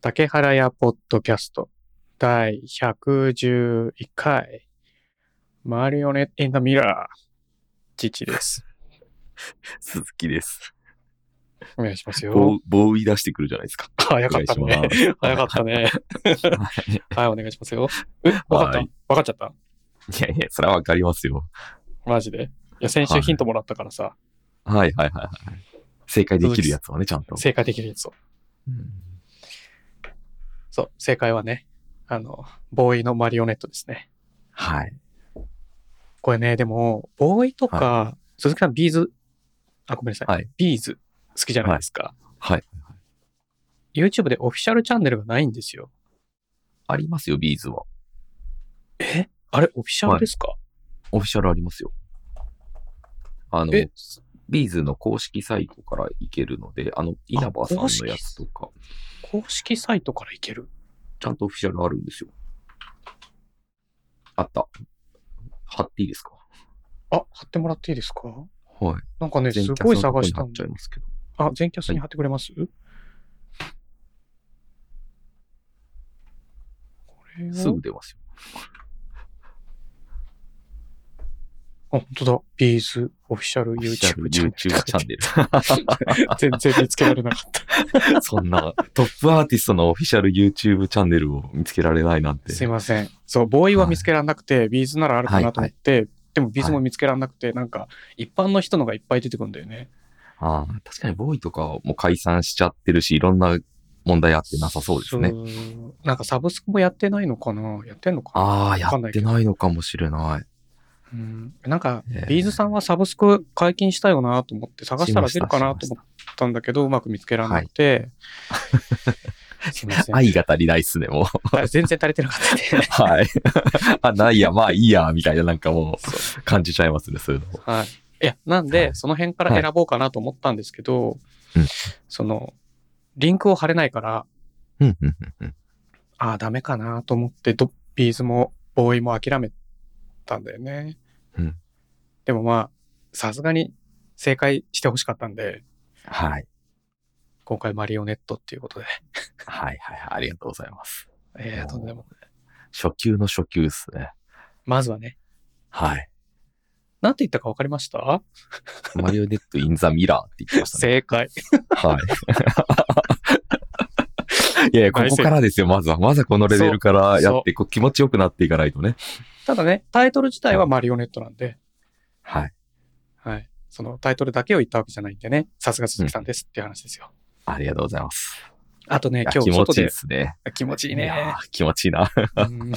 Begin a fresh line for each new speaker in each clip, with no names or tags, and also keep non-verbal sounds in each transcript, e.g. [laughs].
竹原屋ポッドキャスト第111回マリオネット・イン・ザ・ミラー父です。
鈴木です。
お願いしますよ。
棒、棒い出してくるじゃないですか。
早かった
お願
ね
いします。
早かったね。
はい
はい、お願いしますよ。え、わかった
は
わかっちゃった
いやいや、それはわかりますよ。
マジで。いや、先
は
週
い
ヒントもらったからさ、
はいはいはいはい。正解できるやつはね、ちゃんと。
正解できるやつを。
うん
そう、正解はね、あの、ボーイのマリオネットですね。
はい。
これね、でも、ボーイとか、鈴木さんビーズ、あ、ごめんなさい。
はい
ビーズ好きじゃないですか。
はい。
YouTube でオフィシャルチャンネルがないんですよ。
ありますよ、ビーズは。
えあれ、オフィシャルですか、
オフィシャルありますよ。あの、
え
ビーズの公式サイトから行けるので、あの、稲葉さんのやつとか、
公式サイトからいける
ちゃんとオフィシャルあるんですよ。あった。貼っていいですか
あ、貼ってもらっていいですか
はい。
なんかね、
全
す
キャスの
ごい
とこ
探
に
した
貼
ん
っちゃ
で
い。ますけど。
あ、全キャスに貼ってくれます、これは
すぐ出ますよ。
あ、本当だ。ビーズオフィシャル
オフィシャル
YouTube チャン
YouTube
ネ
チ
ルって書
ャ
い
ン
て
ネル。
ある。 [laughs] 全然見つけられなかった。
[laughs] そんな、トップアーティストのオフィシャル YouTube チャンネルを見つけられないなんて。
すいません。そう、ボーイは見つけられなくて、ビーズならあるかなと思って、でもビーズも見つけられなくて、なんか、一般の人のがいっぱい出てくるんだよね。
ああ確かにボーイとかもう解散しちゃってるし、いろんな問題あってなさそうですね。
そう。なんかサブスクもやってないのかなやってんのかな
ああ、や
わかんな
っ
いけ
て
ど
ないのかもしれない。
うん。なんか、
ええ
ビーズさんはサブスク解禁したよなと思って、探したら出るかなと思ったんだけど、うまく見つけられなくて。すいま [laughs] せん。
愛が足りないっすね、も
[laughs]
う。
あ全然足りてなかったね。
はい。 [laughs] あ、ないや、まあいいや、みたいななんかもう感じちゃいますね、そういうの。 [laughs]
はい。いや、なんで、
はい
その辺から選ぼうかなと思ったんですけど、
うん
その、リンクを貼れないから、
うん、うん、うん。
ああ、ダメかなと思って、ドッピーズも、ボーイも諦めたんだよね。
うん
でもまあ、さすがに正解してほしかったんで、
はい。
今回マリオネットっていうことで。
はい、はい、はい。ありがとうございます。
えー、とんでもない。
初級の初級っすね。
まずはね、
はい。
なんて言ったかわかりました
マリオネット・イン・ザ・ミラーって言ってましたね。
正解。
はい。い [laughs] やいや、ここからですよ、まずは。まずはこのレベルからやって、こう気持ちよくなっていかないとね。
ただね、タイトル自体はマリオネットなんで、
はい。
はい。そのタイトルだけを言ったわけじゃないんでね、さすが鈴木さんですっていう話ですよ。
ありがとうございます。
あとね、
いや
今日
気持
外
ちい
で
いで、すね。
気持ちいいね
や。ー気持ちいいな。 [laughs]
うん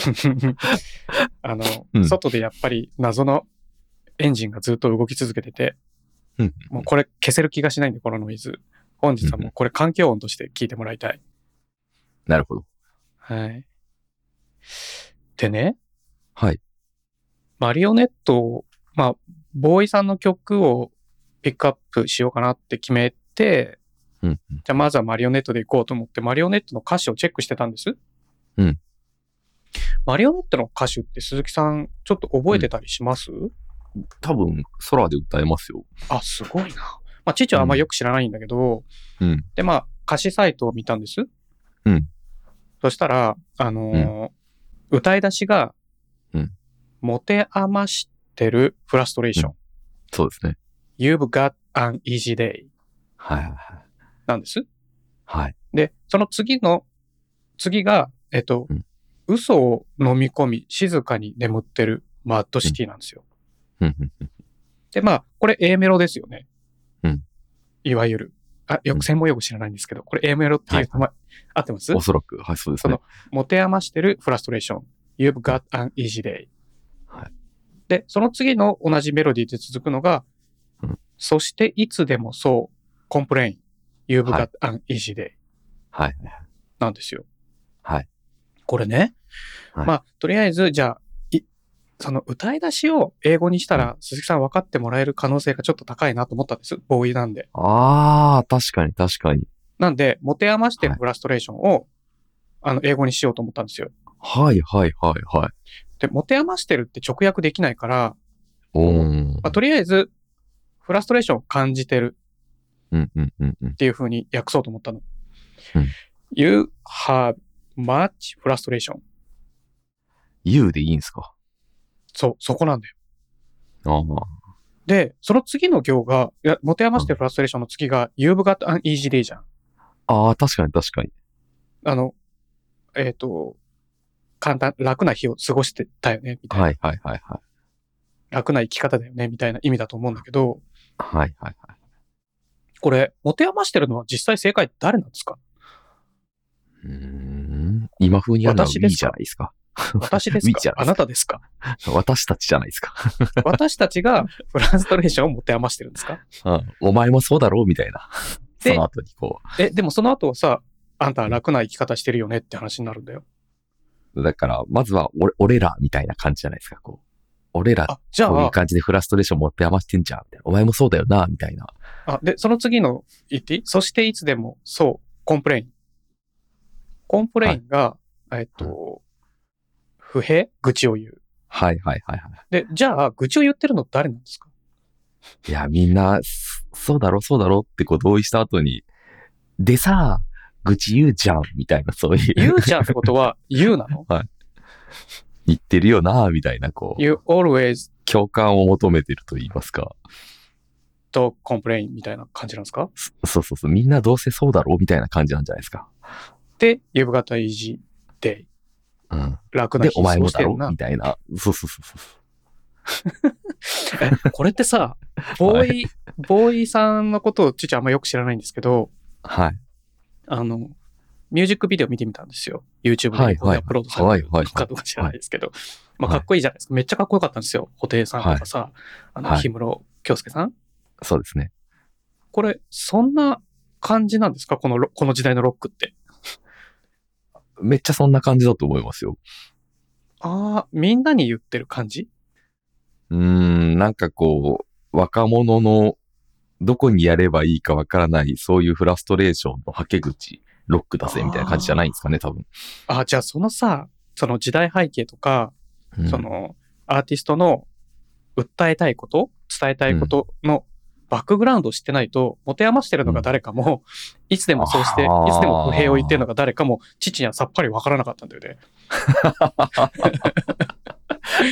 あの、
うん
外でやっぱり謎のエンジンがずっと動き続けてて、
うん
もうこれ消せる気がしないんで、このノイズ。本日はもうこれ環境音として聞いてもらいたい。
なるほど。
はい。でね、
はい。
マリオネットを、まあ、ボーイさんの曲をピックアップしようかなって決めて、
うん。
じゃあまずはマリオネットで行こうと思って、マリオネットの歌詞をチェックしてたんです。
うん。
マリオネットの歌手って鈴木さん、ちょっと覚えてたりします、
多分、空で歌えますよ。
あ、すごいな。まあ、父はあんまよく知らないんだけど、
うん。
で、まあ、歌詞サイトを見たんです。
うん。
そしたら、あのー歌い出しが、
うん
持て余してるフラストレーション。
そうですね。
You've got an easy day
はいはい
なんです。
はい。はい。
で、その次の、次が、えっと、
うん
嘘を飲み込み、静かに眠ってるマッドシティなんですよ。
うんうんうん
で、まあ、これ A メロですよね。
うん。
いわゆる。あ、よ
うん
く専門用語知らないんですけど、これ A メロっていう、
はい
まあ合ってます
おそらく、はい、そうですね。
持て余してるフラストレーション。You've got an easy day.
はい
で、その次の同じメロディーで続くのが、
うん
そしていつでもそう、complain. You've
は
got an easy day.
はい。
なんですよ。
はい。
これね。
はい
まあ、とりあえず、じゃあ、いその歌い出しを英語にしたら、鈴木さん分かってもらえる可能性がちょっと高いなと思ったんです。ボーイなんで。
ああ、確かに、確かに。
なんで、持て余してる
はい
フラストレーションを、あの、英語にしようと思ったんですよ。
はい、はい、はい、はい。
で、持て余してるって直訳できないから、
おー。
まあ、とりあえず、フラストレーションを感じてる
うん、うん、うん、うん
っ。ていう風に訳そうと思ったの。
うん
You have much frustration.
You でいいんすか
そう、そこなんだよ。
ああ。
で、その次の行が、いや持て余してフラストレーションの次が、You've got an easy day じゃん。
ああ、確かに確かに。
あの、えっ、と、簡単、楽な日を過ごしてたよね、みたいな。
はいはいはいはい。
楽な生き方だよね、みたいな意味だと思うんだけど、
はいはいはい。
これ、持て余してるのは実際正解誰なんです
[laughs]
か
うーん。今風にやるのは
私で
We
す
じ
か
ゃないですか。 [laughs]
私です
We じ
かあ
ゃないですか
なたですか
私たちじゃないですか。
私たち
[laughs]
がフラストレーションを持て余してるんですか
うん [laughs] お前もそうだろうみたいな。そ
で
の後にこ
え、でもその後はさ、あんたは楽な生き方してるよねって話になるんだよ。
う。だから、まずは俺、俺らみたいな感じじゃないですか。こう。俺ら、
あ、じゃ
こういう
あ、
感じでフラストレーション持って余してんじゃん。みたいなお前もそうだよな、みたいな。
あ、で、その次の言っていいそしていつでも、そう、コンプレイン。コンプレインが、えっと、不平愚痴を言う。
はいはいはいは
で、じゃあ、愚痴を言ってるの誰なん
[laughs]
ですか
い。いや、みんな、そそうだろう、そうだろうってこう同意した後に、でさ、愚痴言うじゃん、みたいな、そういう。
言うじゃんってことは、言うなの
言ってるよな、みたいな、こう、
?You always
共感を求めてると言いますか。
to complain みたいな感じなんですか
そそうそうそう、みんなどうせそうだろう、みたいな感じなんじゃないですか。
で、You've got a easy day.
うん。
楽な
で、
日
お
を過
前
ご
も
し
だ
て
ろ
る
う、
な
み。たいな。そうそうそうそう。
えこれってさ、
[laughs]
ボーイ、ボーイさんのことをちょちょあんまよく知らないんですけど、
はい。
あの、ミュージックビデオ見てみたんですよ。YouTube
はい
でこう
はい
アップロードされて
はいはい
るかどうか知らないですけど。まあ、
はい
かっこいいじゃないですか。めっちゃかっこよかったんですよ。布袋さんとかさ、あの、
はい
氷室京介さん。
そうですね。
これ、そんな感じなんですかこのロ、この時代のロックって。
めっちゃそんな感じだと思いますよ。
ああ、みんなに言ってる感じ
うーん、なんかこう、若者のどこにやればいいかわからない、そういうフラストレーションの吐け口、ロックだぜ、みたいな感じじゃないんですかね、多分。
ああ、じゃあそのさ、その時代背景とか、
うん
そのアーティストの訴えたいこと、伝えたいことのバックグラウンドを知ってないと、持て余してるのが誰かも、いつでもそうして、い
あー
つでも不平を言ってるのが誰かも、父にはさっぱりわからなかったんだよ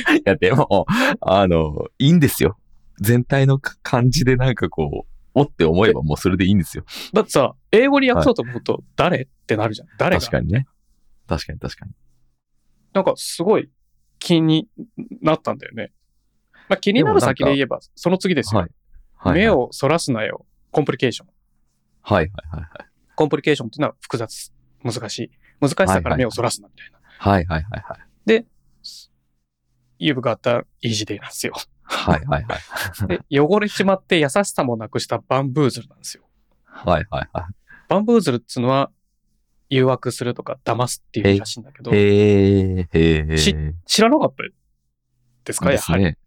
ね。
いや、でも、あの、いいんですよ。全体のか感じでなんかこう、おって思えばもうそれでいいんですよ。
だってさ、英語に訳そうと思うと、誰、ってなるじゃん。誰
確
が
かにね。確かに確かに。
なんかすごい気になったんだよね。まあ、気になる先で言えば、その次ですよ。
はい。はい、
目。をそらすなよ。コンプリケーション。
はいはいはい
コンプリケーションっていうのは複雑、難しい。難しさから目をそらすなみたいな。
はい。はいはいはいはい。
You've got a easy day なん
[laughs]
ですよ。
はいはいはい。
で、汚れちまって優しさもなくしたバンブーズルなんですよ。
はいはいは
バンブーズルっつうのは、誘惑するとか騙すっていうらしいんだけど
い。、へー、へー。
し知らなかったですか
いいで
や
す
はり。
ね。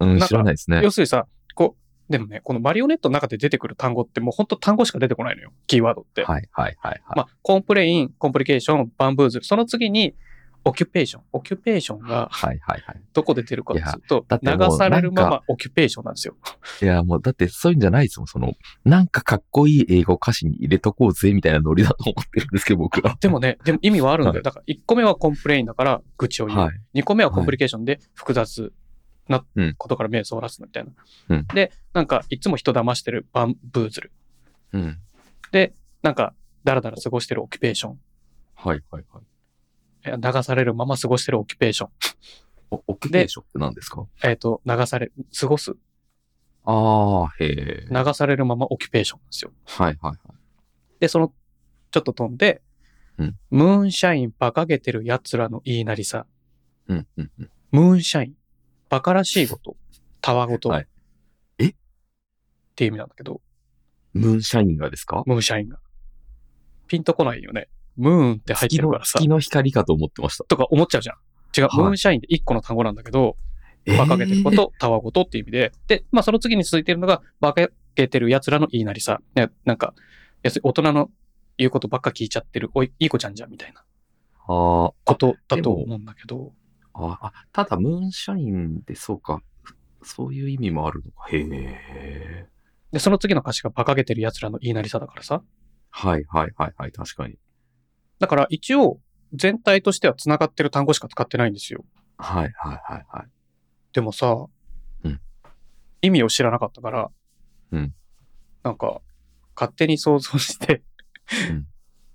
うん、
なんか
知らないですね。
要するにさ、こう、でもね、このマリオネットの中で出てくる単語ってもうほんと単語しか出てこないのよ。キーワードって。
はいはいはいはい。
まあ、コンプレイン、コンプリケーション、バンブーズル。その次に、オキュペーション。オキュペーションが
はいはいはい。
どこで出るかっていうと
やだっ、てもう
流されるま
な
まオキュペーションなんですよ。
いや、もう、だって、そういうんじゃないですもん。その、なんかかっこいい英語歌詞に入れとこうぜ、みたいなノリだと思ってるんですけど、僕は。
でもね、でも意味はあるんだ
は
よ。だから1個目はコンプレインだから愚痴を言う。
[laughs] はい。
2個目はコンプリケーションで複雑な
うん
ことから目をそらすみたいな。
うん
で、なんかいつも人騙してるバンブーズル。
うん。
なんかだらだら過ごしてるオキュペーション。
はいはいはい。
え流されるまま過ごしてるオキュペーション。
お、オキュペーションって何ですか
えっ、と、流され、過ごす。
あー、へえ。
流されるままオキュペーションなんですよ。
はいはいはい。
で、その、ちょっと飛んで、
うん
ムーンシャイン馬鹿げてる奴らの言いなりさ。
うんうんうん。
ムーンシャイン。馬鹿らしいこと。たわごと。
はいえ
っていう意味なんだけど。
ムーンシャインがですか
ムーンシャインが。ピンとこないよね。ムーンって入ってるからさ
月の、月。の光かと思ってました。
とか思っちゃうじゃん。違う、
はい
ムーンシャインって1個の単語なんだけど、馬鹿げてるこ
えー。
と、たわごとっていう意味で。で、まあその次に続いてるのが、馬鹿げてる奴らの言いなりさ。ね、なんか、要するに大人の言うことばっか聞いちゃってる、おい、いい子ちゃんじゃんみたいな
あー
こ
あ、
とだ
で
と
も
思うんだけど、
あ、あ、ただ、ムーンシャインってそうか。そういう意味もあるのか。へえ。
で、その次の歌詞が馬鹿げてる奴らの言いなりさだからさ、
はいはいはいはい、確かに。
だから一応、全体としては繋がってる単語しか使ってないんですよ。
はいはいはいはい。
でもさ、
うん
意味を知らなかったから、
うん
なんか、勝手に想像して、
うん
[laughs]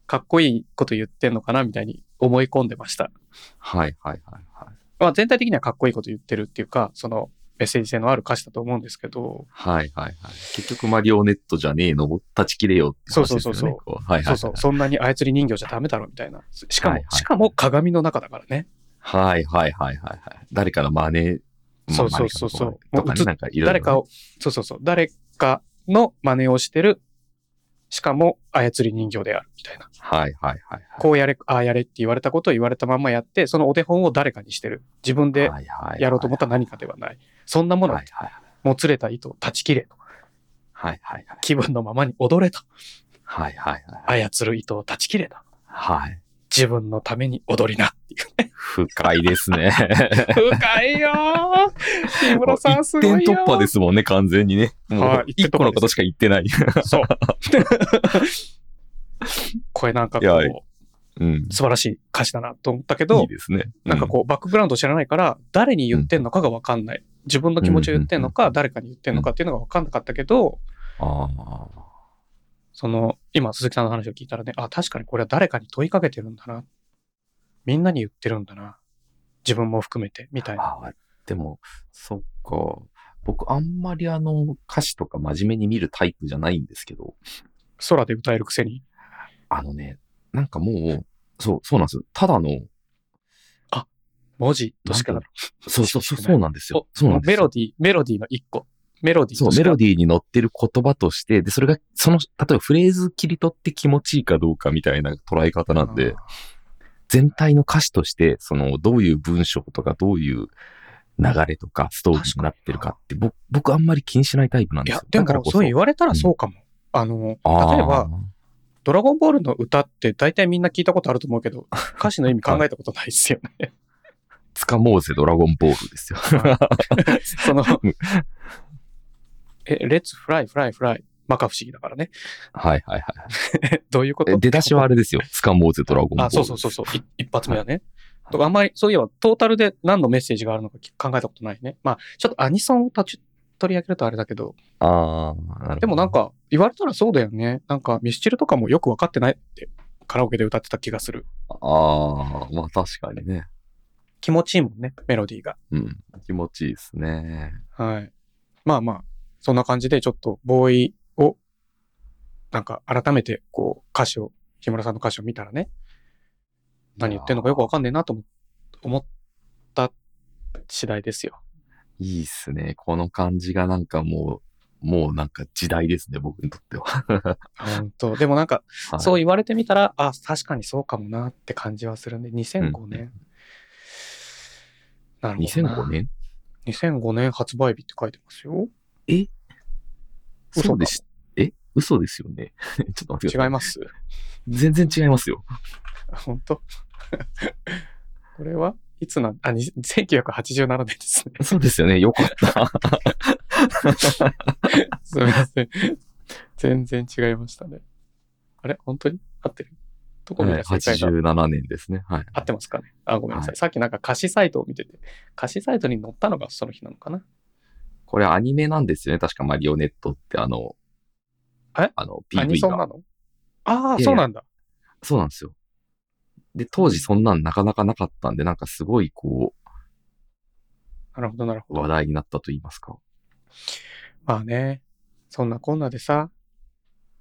かっこいいこと言ってんのかなみたいに思い込んでました。
はいはいはいはい。
まあ、全体的にはかっこいいこと言ってるっていうか、そのメッセージ性のある歌詞だと思うんですけど、
はいはいはい。結局マリオネットじゃねえの、断ち切れよって話ですよね。
そうそうそうそう
こはいはいはい。
そうそう、そんなに操り人形じゃダメだろみたいな。しかも、
はいはい
しかも鏡の中だからね。
はいはいはいはいはい。誰かの真似、まあ
そうそうそうそう
真似
も
かどかね
うず
なんかいろいろね
誰かを、そうそうそう、誰かの真似をしてる、しかも操り人形であるみたいな。
はいはいはいはい。
こうやれ、ああやれって言われたことを言われたまんまやって、そのお手本を誰かにしてる。自分で
はいはいはい
やろうと思ったら何かではない。そんなもの
はい、はい
もつれた糸を断ち切れ。
はいはいはい。
気分のままに踊れた。
はいはいはい。
操る糸を断ち切れた。
はい。
自分のために踊りな。
深いですね。
深いよー木村さんすごいよ
点
ー
突破ですもんね、完全にね。も
は
う
い、
一個のことしか言ってない。
そう。これなんかこ、
いやいううん。
素晴らしい歌詞だなと思ったけ
い
ど
い、ですね。
なんかこう、バックグラウンド知らないから、誰に言ってんのかがわかんない。自分の気持ちを言ってんのか、誰かに言ってんのかっていうのがわかんなかったけど、
うん。ああ。
その、今、鈴木さんの話を聞いたらね、あ、確かにこれは誰かに問いかけてるんだな。みんなに言ってるんだな。自分も含めて、みたいな。
ああでも、そっか。僕、あんまりあの、歌詞とか真面目に見るタイプじゃないんですけど、
空で歌えるくせに。
あのね、なんかもう、そう、そうなんですよ。ただの、
文字としか
なんそうそうそう、そうなんですよ。そうなんです
メ
よ
ロ。ディー、メロディーの一個。メロディー
そう
と、しか
メロディーに乗ってる言葉として、で、それが、その、例えばフレーズ切り取って気持ちいいかどうかみたいな捉え方なんで、全体の歌詞として、その、どういう文章とか、どういう流れとか、ストーリーになってるかって、僕、僕あんまり気にしないタイプな
い
んです
や
よ。、
で
だから
も、
こ
そう言われたらそうかも。あの、例え
あー
ば、ドラゴンボールの歌って大体みんな聞いたことあると思うけど、歌詞の意味考えたことないっすよ
[laughs]
ね。
つかもうぜドラゴンボー
[laughs]
ルですよ。
その、え、レッツフライフライフライ。まか不思議だからね。 [laughs]
はいはいはい。
どういうこ
え
と
出だしはあれですよ。つかもうぜドラゴンボール。
あ、そうそうそうそう。い一発目はね。
はい
とかあんまり、そういえばトータルで何のメッセージがあるのかき考えたことないね。まあ、ちょっとアニソンを立ち取り上げるとあれだけど、
ああ、なるほど。
でもなんか言われたらそうだよね。なんかミスチルとかもよくわかってないってカラオケで歌ってた気がする。
ああ、まあ確かにね。
気持ちいいもんね、メロディーが。
うん。気持ちいいですね。
はい。まあまあ、そんな感じでちょっとボーイを、なんか改めてこう歌詞を、木村さんの歌詞を見たらね、何言ってんのかよくわかんねえなと思思った次第ですよ。
いいっすね。この感じがなんかもう、もうなんか時代ですね、僕にとっては。
本当でもなんか、そう
う
言われてみたら、あ、確かにそうかもなって感じはするんで、2005
うんう
年。なるほどな。
2005年
2005年発売日って書いてますよ。嘘か
嘘でし、え嘘ですよね。 [laughs] ちょっと待ってく
違
ださ
います。 [laughs]
い。全然違いますよ。
本当 [laughs] これはいつなんあ、に1987年ですね。 [laughs]
そうですよね。よかった。
すみません。全然違いましたね。あれ本当に合ってるどこ見た正解が
87年ですね。はい。
合ってますかねあ、ごめんなさい。
はい
さっきなんか歌詞サイトを見てて、歌詞サイトに載ったのがその日なのかな
これアニメなんですよね。確かマリオネットってあの、
え
あの、
アニ
PV
ソンな
が。
のあ
いやい
あ、
や
そうなんだ。
そうなんですよ。で、当時そんなんなかなかなかったんで、なんかすごいこ
なるほど、なるほ
う、
ど。
話題になったと言いますか。
まあね、そんなこんなでさ、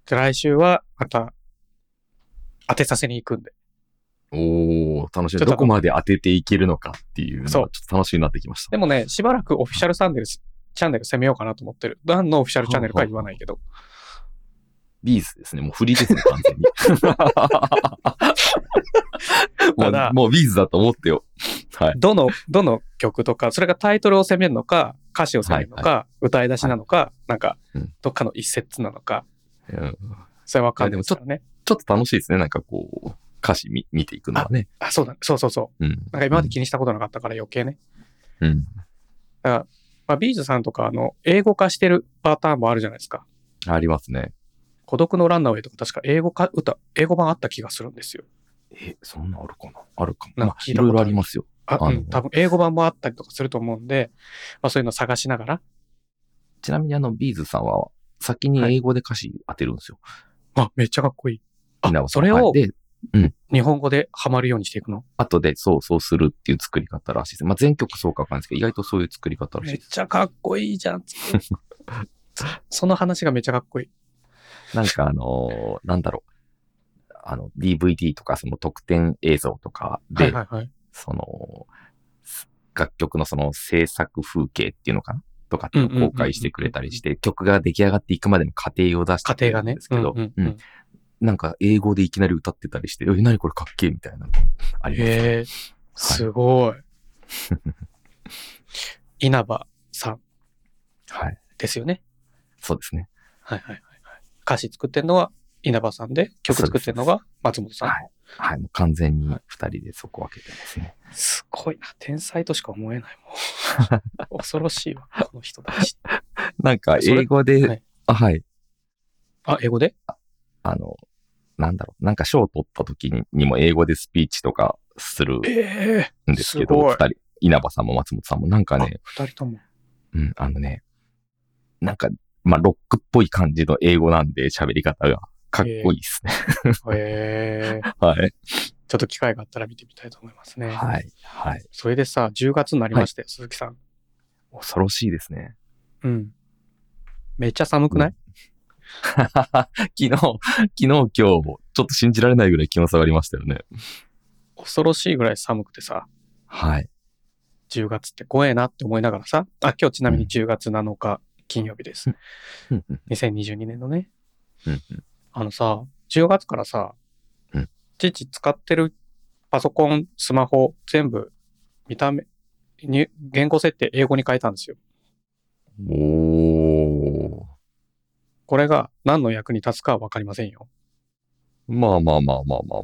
じゃあ来週はまた当てさせに行くんで。
おー、楽し
ちょっと
み。どこまで当てていけるのかっていうのがち
そ
ょ
う
っと楽しみになってきました。
でもね、しばらくオフィシャルサンデルス、チャンネル攻めようかなと思ってる。何のオフィシャルチャンネルかは言わないけど。
ビーズですね。もうフリーですね、完全
[laughs]
に。 [laughs] も
ただ
うもうビーズだと思ってよ。はい。
どの、どの曲とか、それがタイトルを攻めるのか、歌詞を攻めるのか、歌い出しなのか、なんか
うん、
どっかの一節なのか、
うん
それはわかんないですからね。
ちょっと楽しいですね。なんかこう、歌詞見見ていくのはね。
あ、そうだ、ね、そうそうそう。
うん。
なんか今まで気にしたことなかったから余計ね。
うん。
まあ、ビーズさんとか、あの、英語化してるパターンもあるじゃないですか。
ありますね。
孤独のランナーウェイとか確か英語か歌、英語版あった気がするんですよ。
え、そんなあるかなあるかも。
なん
ま
か
あ、
聞い
い
た
ろ
こと
いろ
ある
ありますよ。
あ、う
あの
ん、多分英語版もあったりとかすると思うんで、まあそういうの探しながら。
ちなみにあの、ビーズさんは、先に英語で歌詞当てるんですよ。
あ、めっちゃかっこいい。あ
稲葉、さ
そ
ん
れ
は
を
いで、
日本語でハマるようにしていくの
後でそうそうするっていう作り方らしいです。まあ、全曲そうかわかんないですけど、意外とそういう作り方らしい
めっ
です。
ちゃかっこいいじゃ
[laughs]
ん。そその話がめっちゃかっこいい。
なんかあのーなんだろう。あの、DVD とかその特典映像とかで、
はいはいはい。
その、す楽曲のその制作風景っていうのかなとかっていう
うんうんうん
の
う
を
ん
公開してくれたりして、曲が出来上がっていくまでの過程を出して
家
く
庭
れる
が
ん
ね
です。けど、
うん
う
うんんうん
なんか英語でいきなり歌ってたりして、え、何これかっけえみたいな。あります。
へえ、すごい。稲葉さん
はい。
ですよね。
そうですね。
はいはいはいはい。歌詞作ってるのは稲葉さんで、曲作ってるのが松本さん
は。い。はい。もう完全に二人でそこ分けてますね。
すごいな。天才としか思えない [laughs] もん。恐ろしいわ、この人たち。
なんか
それ
英語
は
で
い、
あ、はい。
あ、英語で
あの、なんだろう。なんか賞を取った時ににも英語でスピーチとかする
ええ
んですけ
す
ど、
ごい
二人、稲葉さんも松本さんもなんか
ー。
ね
あ、、二人とも。
うん、あのね、なんか、まあ、ロックっぽい感じの英語なんで、喋り方が。かっこいいですね。
ええ
[laughs] はい。
ちょっと機会があったら見てみたいと思いますね。
はい。はい。
それでさ、10月になりましたよ、鈴木さん。
恐ろしいですね。 [laughs]
うん。めっちゃ寒くない、
昨日、昨日、今日、ちょっと信じられないぐらい気温下がりましたよね。
恐ろしいぐらい寒くてさ、
[laughs] はい。
10月って怖えなって思いながらさ、あ、今日ちなみに10月7日金曜日です。
うんうん
2022年のね。
うん
あのさ、10月からさ、
うん
父使ってるパソコン、スマホ、全部、見た目、に言語設定英語に変えたんですよ。
うんおー。
これが何の役に立つかはわかりませんよ。
まあまあまあまあまあ。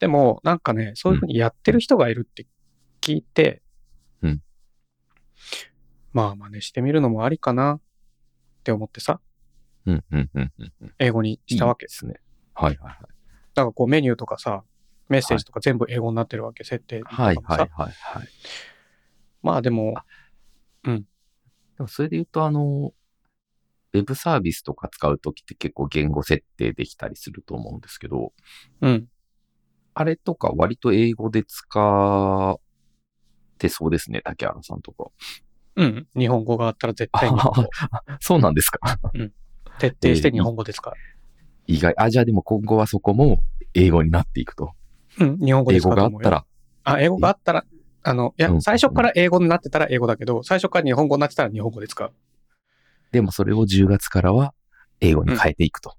でも、なんかね、そういうふうにやってる人がいるって聞いて、
うん
まあ真似してみるのもありかなって思ってさ、
うんうんうんうんうん。
英語にしたわけ
いい。ですね。はいはい
だからこうメニューとかさ、メッセージとか全部英語になってるわけ、設定とかもさ。
はい。はいはいはいはい。
まあでも、
でもそれで言うと、あの、ウェブサービスとか使うときって結構言語設定できたりすると思うんですけど、
うん。
あれとか割と英語で使ってそうですね、竹原さんと
[laughs]
か。
うん。日本語があったら絶対に
そうなんですか。
徹底して日本語ですか
意外。あ、じゃあでも今後はそこも英語になっていくと。
ら。うん。日本語で
英
すか
語
ら
があったら、
あ、英語があったら、あの、いや
う、ん
最初から英語になってたら英語だけど、最初から日本語になってたら日本語で使う。
でもそれを10月からは英語に変えていくと。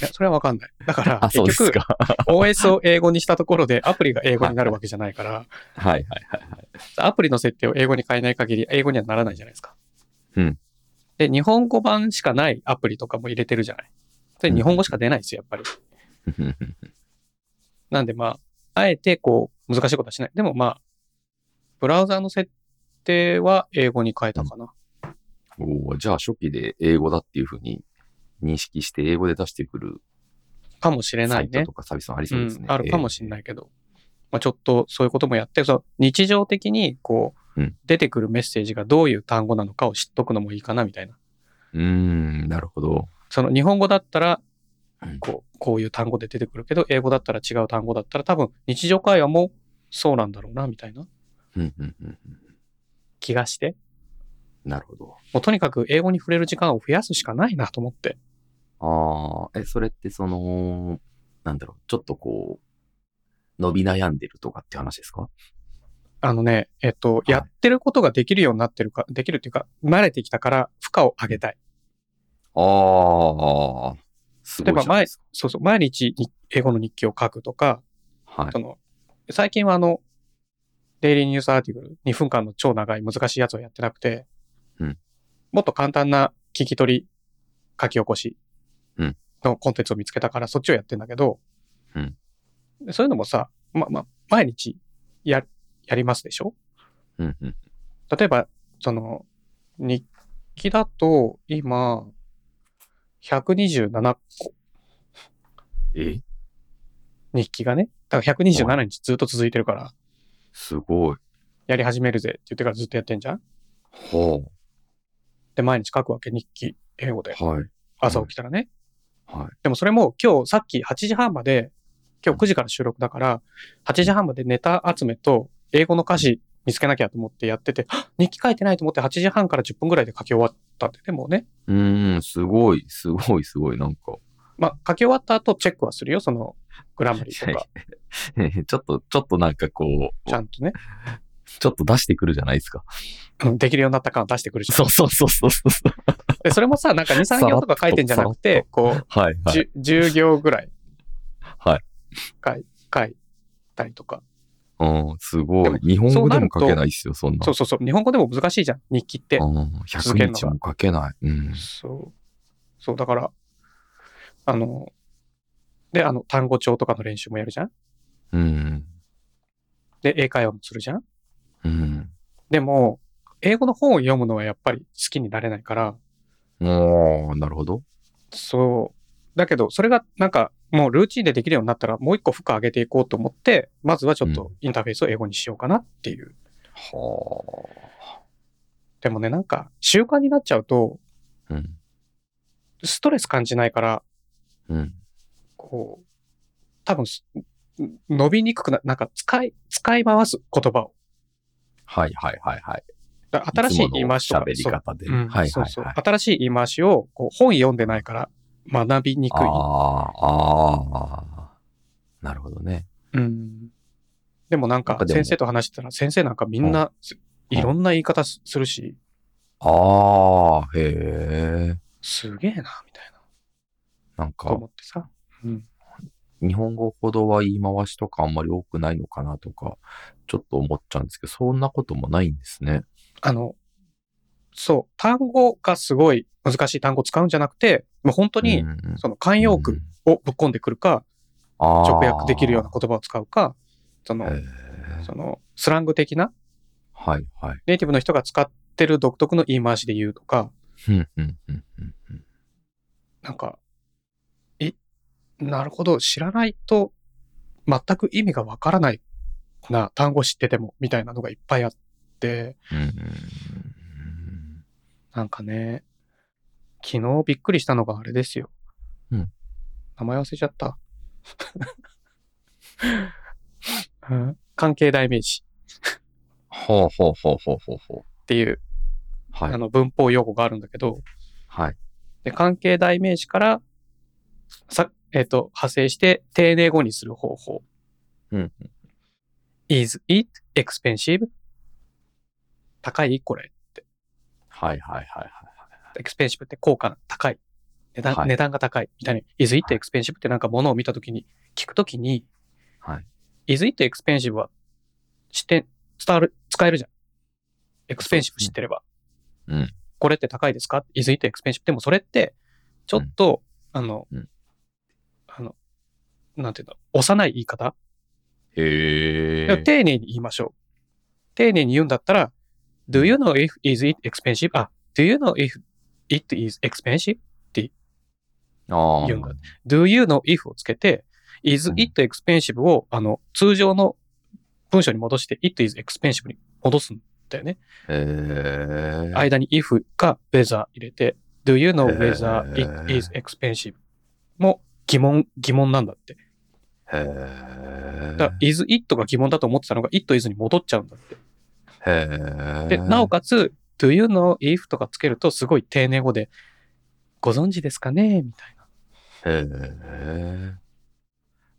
いや、それはわかんない。だから、
あ、そう
結
です
局、
か。
OS を英語にしたところでアプリが英語になるわけじゃないから、
[laughs] はいはいはいはい。
アプリの設定を英語に変えない限り英語にはならないじゃないですか。
うん。
で、日本語版しかないアプリとかも入れてるじゃない。で、日本語しか出ないですよ、やっぱり。なんでまあ、あえてこう、難しいことはしない。でもまあ、ブラウザーの設定は英語に変えたかな。
おーじゃあ初期で英語だっていうふうに認識して英語で出してくる
かもしれな
サ
い
イト
ね
と。かサービスもあり
う
そうですね
ん。、あるかもしれ
い。
ないけど。まあちょっとそういうこともやって、その日常的にこう
うん、
出てくるメッセージがどういう単語なのかを知っとくのもいいかなみたいな。
うーん、なるほど。
その日本語だったら
うん、
こう、こういう単語で出てくるけど、英語だったら違う単語だったら、多分日常会話もそうなんだろうな、みたいな
うんうんうんうん
気がして、
なるほど。
もうとにかく英語に触れる時間を増やすしかないなと思って。
ああ、え、それってその、なんだろう、ちょっとこう、伸び悩んでるとかって話ですか
あのね、えっと、
い
やってることができるようになってるか、できるっていうか、慣れてきたから負荷を上げたい。
ああ、す
例えば前
すか。、
そうそう、毎日に英語の日記を書くとか、
はい
そ。の、最近はあの、デイリーニュースアーティクル2分間の超長い難しいやつをやってなくて、
うん
もっと簡単な聞き取り、書き起こし
うん
のコンテンツを見つけたからそっちをやってんだけど、
うん
でそういうのもさ、ま、ま、毎日や、やりますでしょ
うんうん。
例えば、その、日記だと今、127個
え
日記がね、だから127日ずっと続いてるから、
すごい。
やり始めるぜって言ってからずっとやってんじゃん
は
で、毎日書くわけ、日記、英語で。
あ。はい。
朝起きたらね。
はい。
でもそれも今日さっき8時半まで、今日9時から収録だから、8時半までネタ集めと英語の歌詞見つけなきゃと思ってやってて、はっ日記書いてないと思って8時半から10分ぐらいで書き終わったんで、でもね。
うーん、すごい、すごい、すごい、なんか。
まあ、書き終わった後チェックはするよ、そのグラマリーとか。
ちょっと、ちょっとなんかこう
ち、ゃんとね、
ちょっと出してくるじゃないですか。 [laughs]
うんできるようになった感を出してくるじゃん。
そうそうそうそうそう。
で、それもさ、なんか2、3行とか書いてんじゃなくて、こう、
はい、はい。
じゅ 10, 行ぐらい
はい。
書い書いたりとか。
うん、すご
でも
い。日本語でも
そうなると
書けないっすよ、そんな。
そうそうそう。日本語でも難しいじゃん、日記って。
うん、
続け
100
るの
日
が
も書けない。うん。
そう。そう、だから、あの、で、あの、単語帳とかの練習もやるじゃん
うん。
で、英会話もするじゃん
うん。
でも、英語の本を読むのはやっぱり好きになれないから、
おー、なるほど。
そう。だけど、それがなんか、もうルーチンでできるようになったら、もう一個負荷上げていこうと思って、まずはちょっとインターフェースを英語にしようかなっていう。
は
でもね、なんか、習慣になっちゃうと、
あ。うん。
ストレス感じないから、
うん。
こう、多分す、伸びにくくな、なんか使い、使い回す言葉を。
はいはいはいはい。
だ新しい言い回しとか
いつもの喋り方で。
そううん
はい
そ
は
う
い
そう
はい。
新しい言い回しをこう本読んでないから学びにくい。
ああ、ああ。なるほどね。
うん、でもなん
な
か
んかでも
先生と話してたら先生なんかみんなす
うん
いろんな言い方すするし、
ああ、へえ。
すげえな、みたいな
なん
と
か
思、ってさ。
日本語ほどは言い回しとかあんまり多くないのかなとか、ちょっと思っちゃうんですけど、そんなこともないんですね。
あの、そう、単語がすごい難しい単語を使うんじゃなくて、もう本当に
うんうん
その慣用句をぶっ込んでくるか、直訳できるような言葉を使うか、そ
と
の
へ、え。
そのスラング的な
はいはい。
ネイティブの人が使ってる独特の言い回しで言うとか、
うんうんうんうんうん
なんか、え、なるほど、知らないと全く意味がわからないな、単語知ってても、みたいなのがいっぱいあって、
うんうん
なんかね、昨日びっくりしたのがあれですよ。
うん。
名前忘れちゃった。 [laughs] うん関係代名詞
ほうほうほうほうほうほう。
っていう、
は
あ
い。
の文法用語があるんだけど、
はい。
で関係代名詞から、さ、えっ、と、派生して丁寧語にする方法。
うん。
is it expensive? 高いこれ。
はいはいはいはい。
expensive って高価な、高い。値段、
はい
値段が高い。みたいに、is it expensive ってなんか物を見たときに、聞くときに、
はい
is it expensive は、知って、伝わる、使えるじゃん。expensive 知ってれば。
うん
これって高いですか ?is it expensive? でもそれって、ちょっと、あの、
うん
あの、なんていうの、幼い言い方
へ
でも
え。
丁寧に言いましょう。丁寧に言うんだったら、Do you know if is it expensive? あ、Do you know if it is expensive?Do
ああ。
言うんだ you know if をつけて、is
うん
it expensive を、あの、通常の文章に戻して、it is expensive に戻すんだよね。
へえ。
間に if か whether 入れて、Do you know
へー
whether it is expensive? も疑問、疑問なんだって。
へ
だから、is it が疑問だと思ってたのが、it is に戻っちゃうんだって。
え。へえ。
で、なおかつ、do you know if とかつけるとすごい丁寧語で、ご存知ですかねみたいな。
へえ。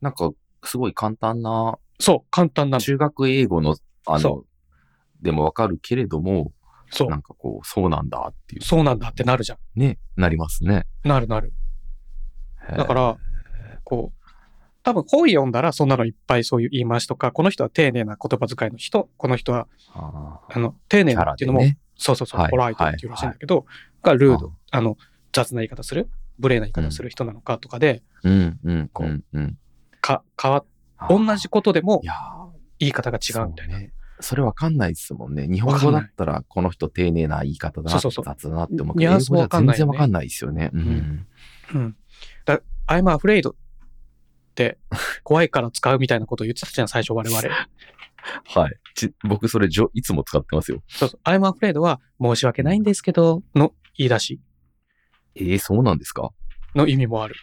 なんか、すごい簡単な、
そう、簡単なの。
中学英語の、あの
そ、
でもわかるけれども、
そう
な、んかこう、そうなんだってい
そうなんだってなるじゃん。
う、ね、なりますね。
なるなる。
へえ
だから、こう、多分本読んだらそんなのいっぱいそういう言い回しとか、この人は丁寧な言葉遣いの人、この人は、
あ
あの、丁
ー
寧
キャ
な
ラ
ってい
で
うのも、
ね。
そうそうそう、
はい
ポライトっていうらしいんだけど、がルード、あの、雑な言い方する、無礼な言い方する人なのかとかで、
うん、うん、
こ
う、
うん
うん。
か、変わっ、同じことでも
いやー
言い方が違うみたいな。
そうねそれわかんないですもんね。日本
わかん
語だ
ない
ったら、この人丁寧な言い方だな、
そうそうそう
雑だなって思うけ
ニュ
ど、
ア
英
ンスも
語
わ
じ
か
ゃ
んないよね
全然わかんないですよね。うん。
うん。だ I'm afraid っって、
[laughs]
怖いから使うみたいなことを言ってたじゃん、最初我々。
はい。ち僕、それじょ、いつも使ってますよ。
そうそう。I'm afraid は、申し訳ないんですけど、の言い出し
ええそうなんですか
の意味もある。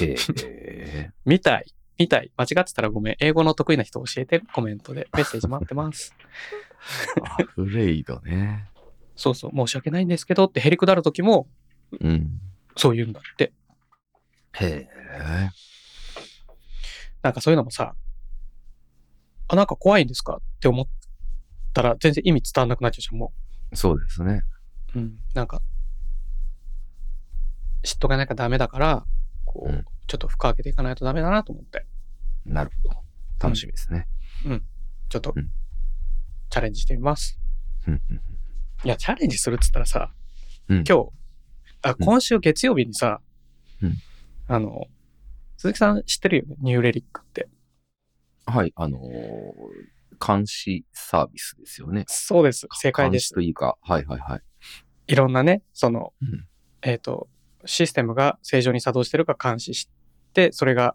へえ。
みたい。みたい。間違ってたらごめん。英語の得意な人教えて、コメントで。メッセージ待ってます。
アフレイドね。
そうそう、申し訳ないんですけどってへりくだるときも、
うん。
そう言うんだって。
へえ。
なんかそういうのもさ、あ、なんか怖いんですかって思ったら、全然意味伝わんなくなっちゃうじゃん、も
そうですね。
う。うん。なんか、知っとかなきゃダメだから、こう、
うん
ちょっと深開けていかないとダメだなと思って、
なるほど。楽しみですね。
ちょっと、
うん
チャレンジしてみます。
うんうん
いや、チャレンジするっつったらさ、
うん
今日、あ、今週月曜日にさ、
うん
あの、鈴木さん知ってるよね、ニューレリックって。
はい。あのー監視サービスですよね。
そうです、正解で
監
す
視。というか、はいはいはい。
いろんなね、その、
うん
えっ、と、システムが正常に作動してるか監視して、それが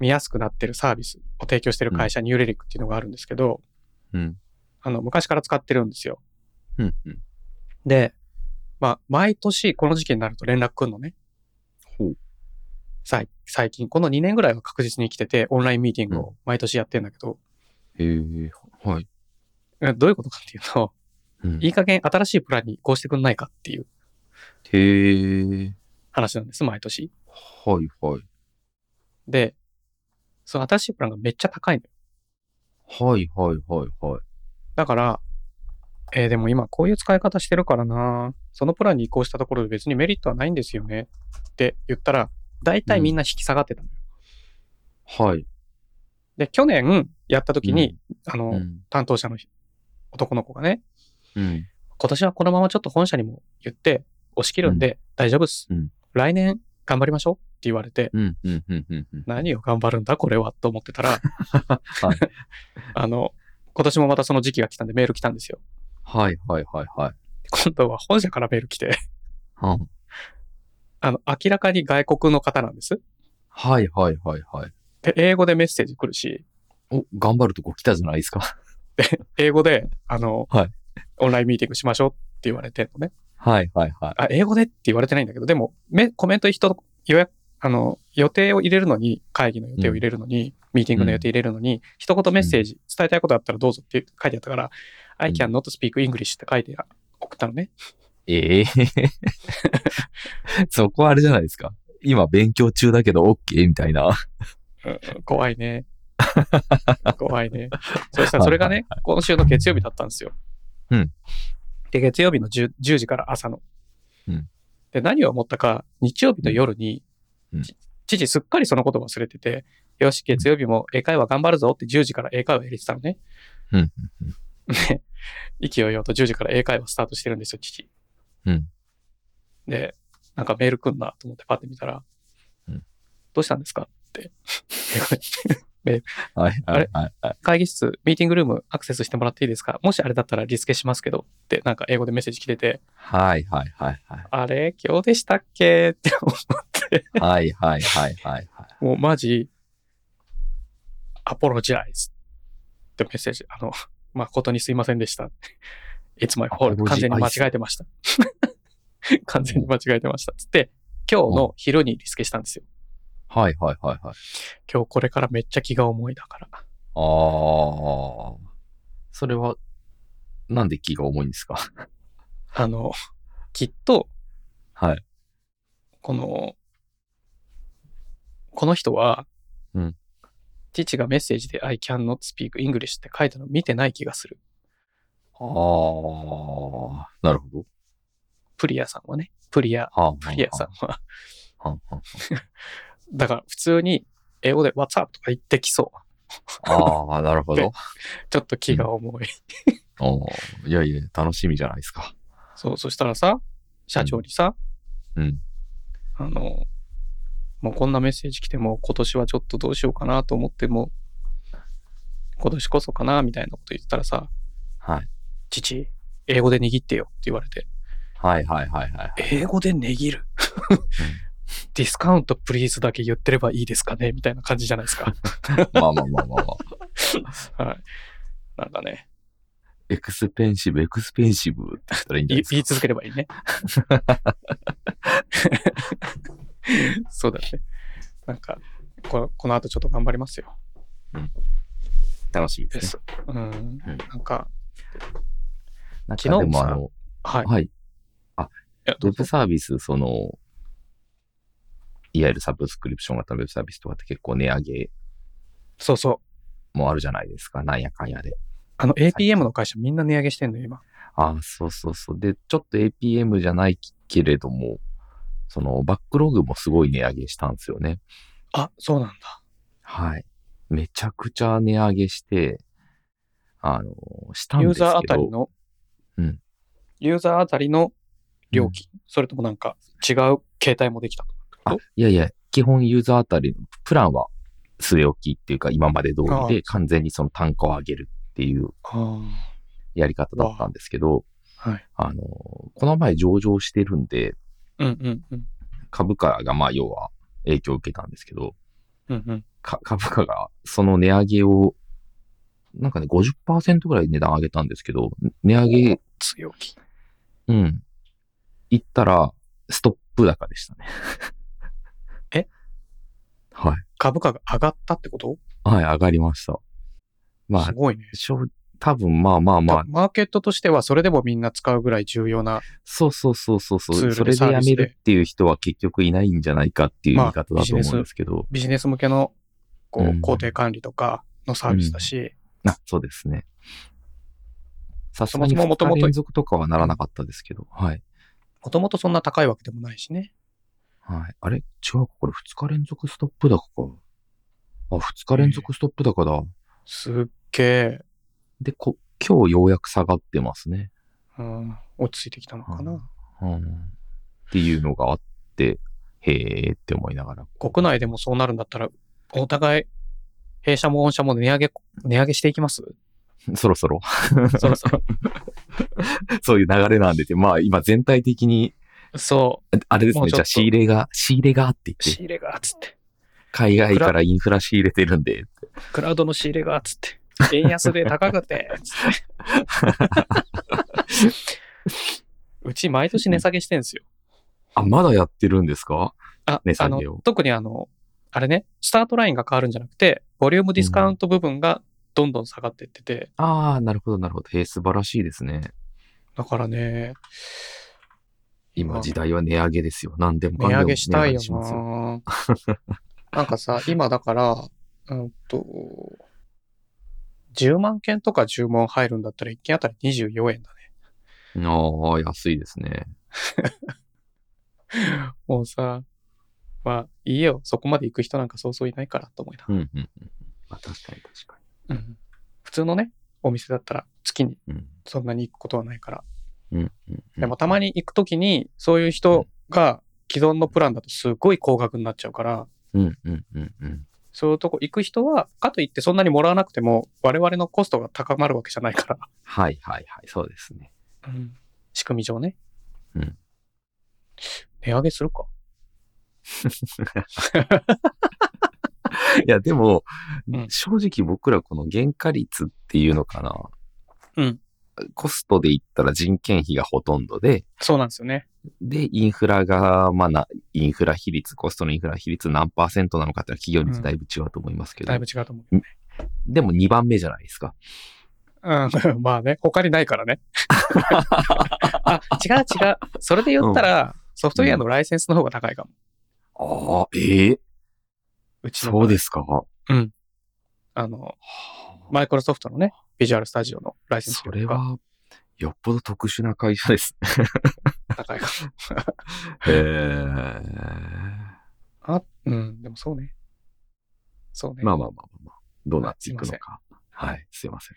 見やすくなってるサービスを提供してる会社、ニューレリックっていうのがあるんですけど、
うん。
あの、昔から使ってるんですよ。
うんうん。
で、まあ、毎年この時期になると連絡くんのね。
ほう。
最最近、この2年ぐらいは確実に来てて、オンラインミーティングを毎年やってんだけど、
へえ。はい。
うんどういうことかっていうと、
うん
いい加減新しいプランに移行してくんないかっていう
へえ。
話なんです、毎年。
はいはい。
で、その新しいプランがめっちゃ高いのよ。
はいはいはいはい。
だから、えーでも今こういう使い方してるからな、そのプランに移行したところで別にメリットはないんですよねって言ったら、大体みんな引き下がってたのよ。
はい。
で、去年やった時に、あの、
うん。
担当者の男の子がね、
うん。
今年はこのままちょっと本社にも言って、押し切るんで大丈夫っす。
うん
来年頑張りましょうって言われて、
うん。うん。うん。うんうん。
何を頑張るんだこれはと思って
[laughs]
たら、
はい。
[laughs] あの、今年もまたその時期が来たんでメール来たんですよ。
はいはいはいはい。
今度は本社からメール来て、 [laughs]
うん
あの、明らかに外国の方なんです。
はいはいはいはい。
で、英語でメッセージ来るし、
お、頑張るとこ来たじゃないですか。
英語で、あの、
はい
オンラインミーティングしましょうって言われてんのね。
[laughs] はいはいはい。
あ、英語でって言われてないんだけど、でも、めコメント人と予約、あの、予定を入れるのに、会議の予定を入れるのに、ミーティングの予定入れるのに、一言メッセージ、伝えたいことあったらどうぞって書いてあったから、I can not speak English って書いて送ったのね。
ええ [laughs] そこはあれじゃないですか。今勉強中だけど OK みたいな。
うん [laughs] 怖い
[laughs]
ね。怖いね。そしたらそれがね、今週の月曜日だったんですよ。
うん
で、月曜日の 10, 10時から朝の。
うん
で、何を思ったか、日曜日の夜に、
うん
ち父すっかりそのことを忘れてて、よし、月曜日も英会話頑張るぞって10時から英会話入れてたのね。
うん
で、勢いよと10時から英会話スタートしてるんですよ、父。
うん
で、なんかメール来んなと思ってパッて見たら、
うん
どうしたんですかって。
はいはいはいはい。
会議室、ミーティングルームアクセスしてもらっていいですかもしあれだったらリスケしますけどって、なんか英語でメッセージ来てて、
はいはいはいはい。
あれ今日でしたっけって思って、
はいはいはいはいはい。
もうマジ、アポロジャイズってメッセージ、あの、誠にすいませんでした。It's my fault. 完全に間違えてました。 [laughs] 完全に間違えてました。つって、今日の昼にリスケしたんですよ。
はいはいはいはい。
今日これからめっちゃ気が重いだから。
ああ。それは、なんで気が重いんですか
あの、きっと、
はい。
この、この人は、
うん
父がメッセージで I can not speak English って書いたの見てない気がする。
ああ。なるほど。
プリアさんはね。プリア、
はあ、
プリアさんは。
はあは
だから普通に英語で What's up? とか言ってきそう。
あ
[laughs]
ああ、なるほ
で
ど。
ちょっと気が重い。
おーいやいや、楽しみじゃないですか。
そう、そしたらさ、社長にさ、
うん
あの、もうこんなメッセージ来ても、今年はちょっとどうしようかなと思っても、今年こそかな、みたいなこと言ったらさ、
はい。
父、英語で握ってよって言われて、
はいはいはいはい。
英語で握るディスカウントプリーズだけ言ってればいいですかねみたいな感じじゃないです
[laughs]
か。
まあまあまあ
[laughs]
まあまあ。
はい。なんかね、
エクスペンシブ、エクスペンシブって言ったらいいんじゃ
言
ないいですか。
言い続ければいいね。
[laughs]
そうだね。なんか、ここの後ちょっと頑張りますよ。
楽しみで
です
ね。
す。うん。
うん
なんか、
なんか
昨日
で
も
も
さ
あの、
はい。
はい。
いや
ウェブサービス、その、いわゆるサブスクリプション型のウェブサービスとかって結構値上げ
そうそう。
もあるじゃないですか。なんやかんやで。
あの、APM の会社みんな値上げしてんのよ、今。
ああ、そうそうそう。で、ちょっと APM じゃないけれども、そのバックログもすごい値上げしたんですよね。
あ、そうなんだ。
はい。めちゃくちゃ値上げして、あの、したん
ユー
ですけど。
ザーあたりの、
うん
ユーザーあたりの料金、それともなんか違う形態もできたと。
あ、いやいや、基本ユーザーあたりのプランは据え置きっていうか、今まで通
ああ
りで完全にその単価を上げるっていう
あ
やり方だったんですけど、
あ。はい。
あの、この前上場してるんで、
うんうんうん。
株価がまあ要は影響を受けたんですけど、
うんうん。
か株価がその値上げを、なんかね、50%ぐらい値段上げたんですけど、値上げ、
強気。
うん、行ったら、ストップ高でしたね。
え
はい。
株価が上がったってこと
はい、上がりました。まあ
す、ごいね。
しょ多分まあまあまあ、
マーケットとしてはそれでもみんな使うぐらい重要な、
そうそうそうそうそ
ツール
う、
で
それで
サー
や
ビス
め
で
るっていう人は結局いないんじゃないかっていう
まあ
言い方だと思うんですけど、
ビジネス向けの、こ
う
う、
ん
工程管理とかのサービスだし、
あ、そうですね。さすがに
そもそも元々
2日連続とかはならなかったですけど、はい。
もともとそんな高いわけでもないしね。
はい。あれ違うかこれ2日連続ストップ高か。あ、2日連続ストップ高だ。
すっげえ、
で、こ、今日ようやく下がってますね。
うん、落ち着いてきたのかな。
うん。っていうのがあって、へえーって思いながら。 [laughs]
国内でもそうなるんだったら、お互い、弊社も御社も値上げ、値上げしていきます
そろそ [laughs] ろ
そろそ
[laughs]
ろ。
そういう流れなんでて、まあ今全体的に、
そう、
あれです
も
ね、
うちょっ
じ
と
ゃあ仕入れが、仕入れがって言っ
仕
て、
入れが、つって。
海外からインフラ仕入れてるんで、
クラウドの仕入れが、つって。円安で高くて、つって。うち毎年値下げしてんですよ。
あ、まだやってるんですか
あ、
値下
あ
げを
の、特にあの、あれね、スタートラインが変わるんじゃなくて、ボリュームディスカウント部分がどんどん下がってってて、
ああ、なるほど、なるほど。へえ、素晴らしいですね。
だからね、
今時代は値上げですよ。何でもか
値
んでも
上げしたいよ
値上げしますよ
な。なんかさ、今だから、うんと、10万件とか10問入るんだったら1件あたり24円だね。
ああ、安いですね。
もうさ、まあいいよ、そこまで行く人なんかそうそういないからと思いな。
うん、うん、うん。まあ、確かに確か
うん普通のね、お店だったら月に
に。
そんなに行くことはないから。
うん、うん、うん。
でもたまに行くときに、そういう人が既存のプランだとすごい高額になっちゃうから、
うん、うん、うん、うん。
そういうとこ行く人は、かといってそんなにもらわなくても、我々のコストが高まるわけじゃないから。
はい、はい、はい。そうですね。
仕組み上ね。
うん。
値上げするか。
[laughs] いや、でも、
うん
正直僕らこの原価率っていうのかな。
うん
コストで言ったら人件費がほとんどで、
そうなんですよね。
で、インフラが、まあな、インフラ比率、コストのインフラ比率何パーセントなのかっていうのは企業によってだいぶ違うと思いますけど、
だいぶ違うと思うけどね。
でも2番目じゃないですか。
うん、 [laughs] まあね、他にないから
[laughs]
ね。あ、違う違う。それで言ったら、ソフトウェアのライセンスの方が高いかも。
ああ、ええ
うちの場合
そうですか。
あの、マイクロソフトのね、ビジュアルスタジオのライセンス
そ
料
れ
が
は、よっぽど特殊な会社です。
高いかも。
[laughs] へえ。
あ、うん、でもそうね。そうね。
まあまあまあまあまあ、どうなっていくのか。はい、すいませ
い
ん。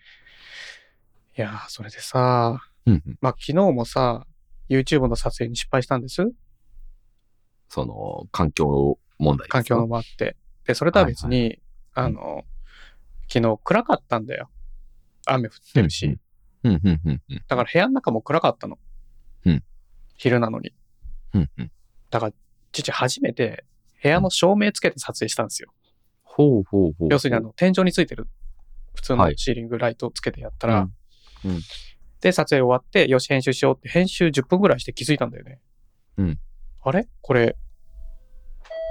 やー、それでさ、
うんうん、
まあ昨日もさ、YouTube の撮影に失敗したんです。
その、環境問題ですか
環境のもあって。で、それとは別に、
いはい
あの、昨日暗かったんだよ。雨降ってるし。
うんうんうんうん
だから部屋の中も暗かったの。
うん
昼なのに。
うんうん
だから父初めて部屋の照明つけて撮影したんですよ。
ほうほうほう。
要するにあの天井についてる普通
は
の
い
シーリングライトをつけてやったら、
うんうん
で、撮影終わって、よし、編集しようって、編集10分ぐらいして気づいたんだよね。
うん
あれこれ、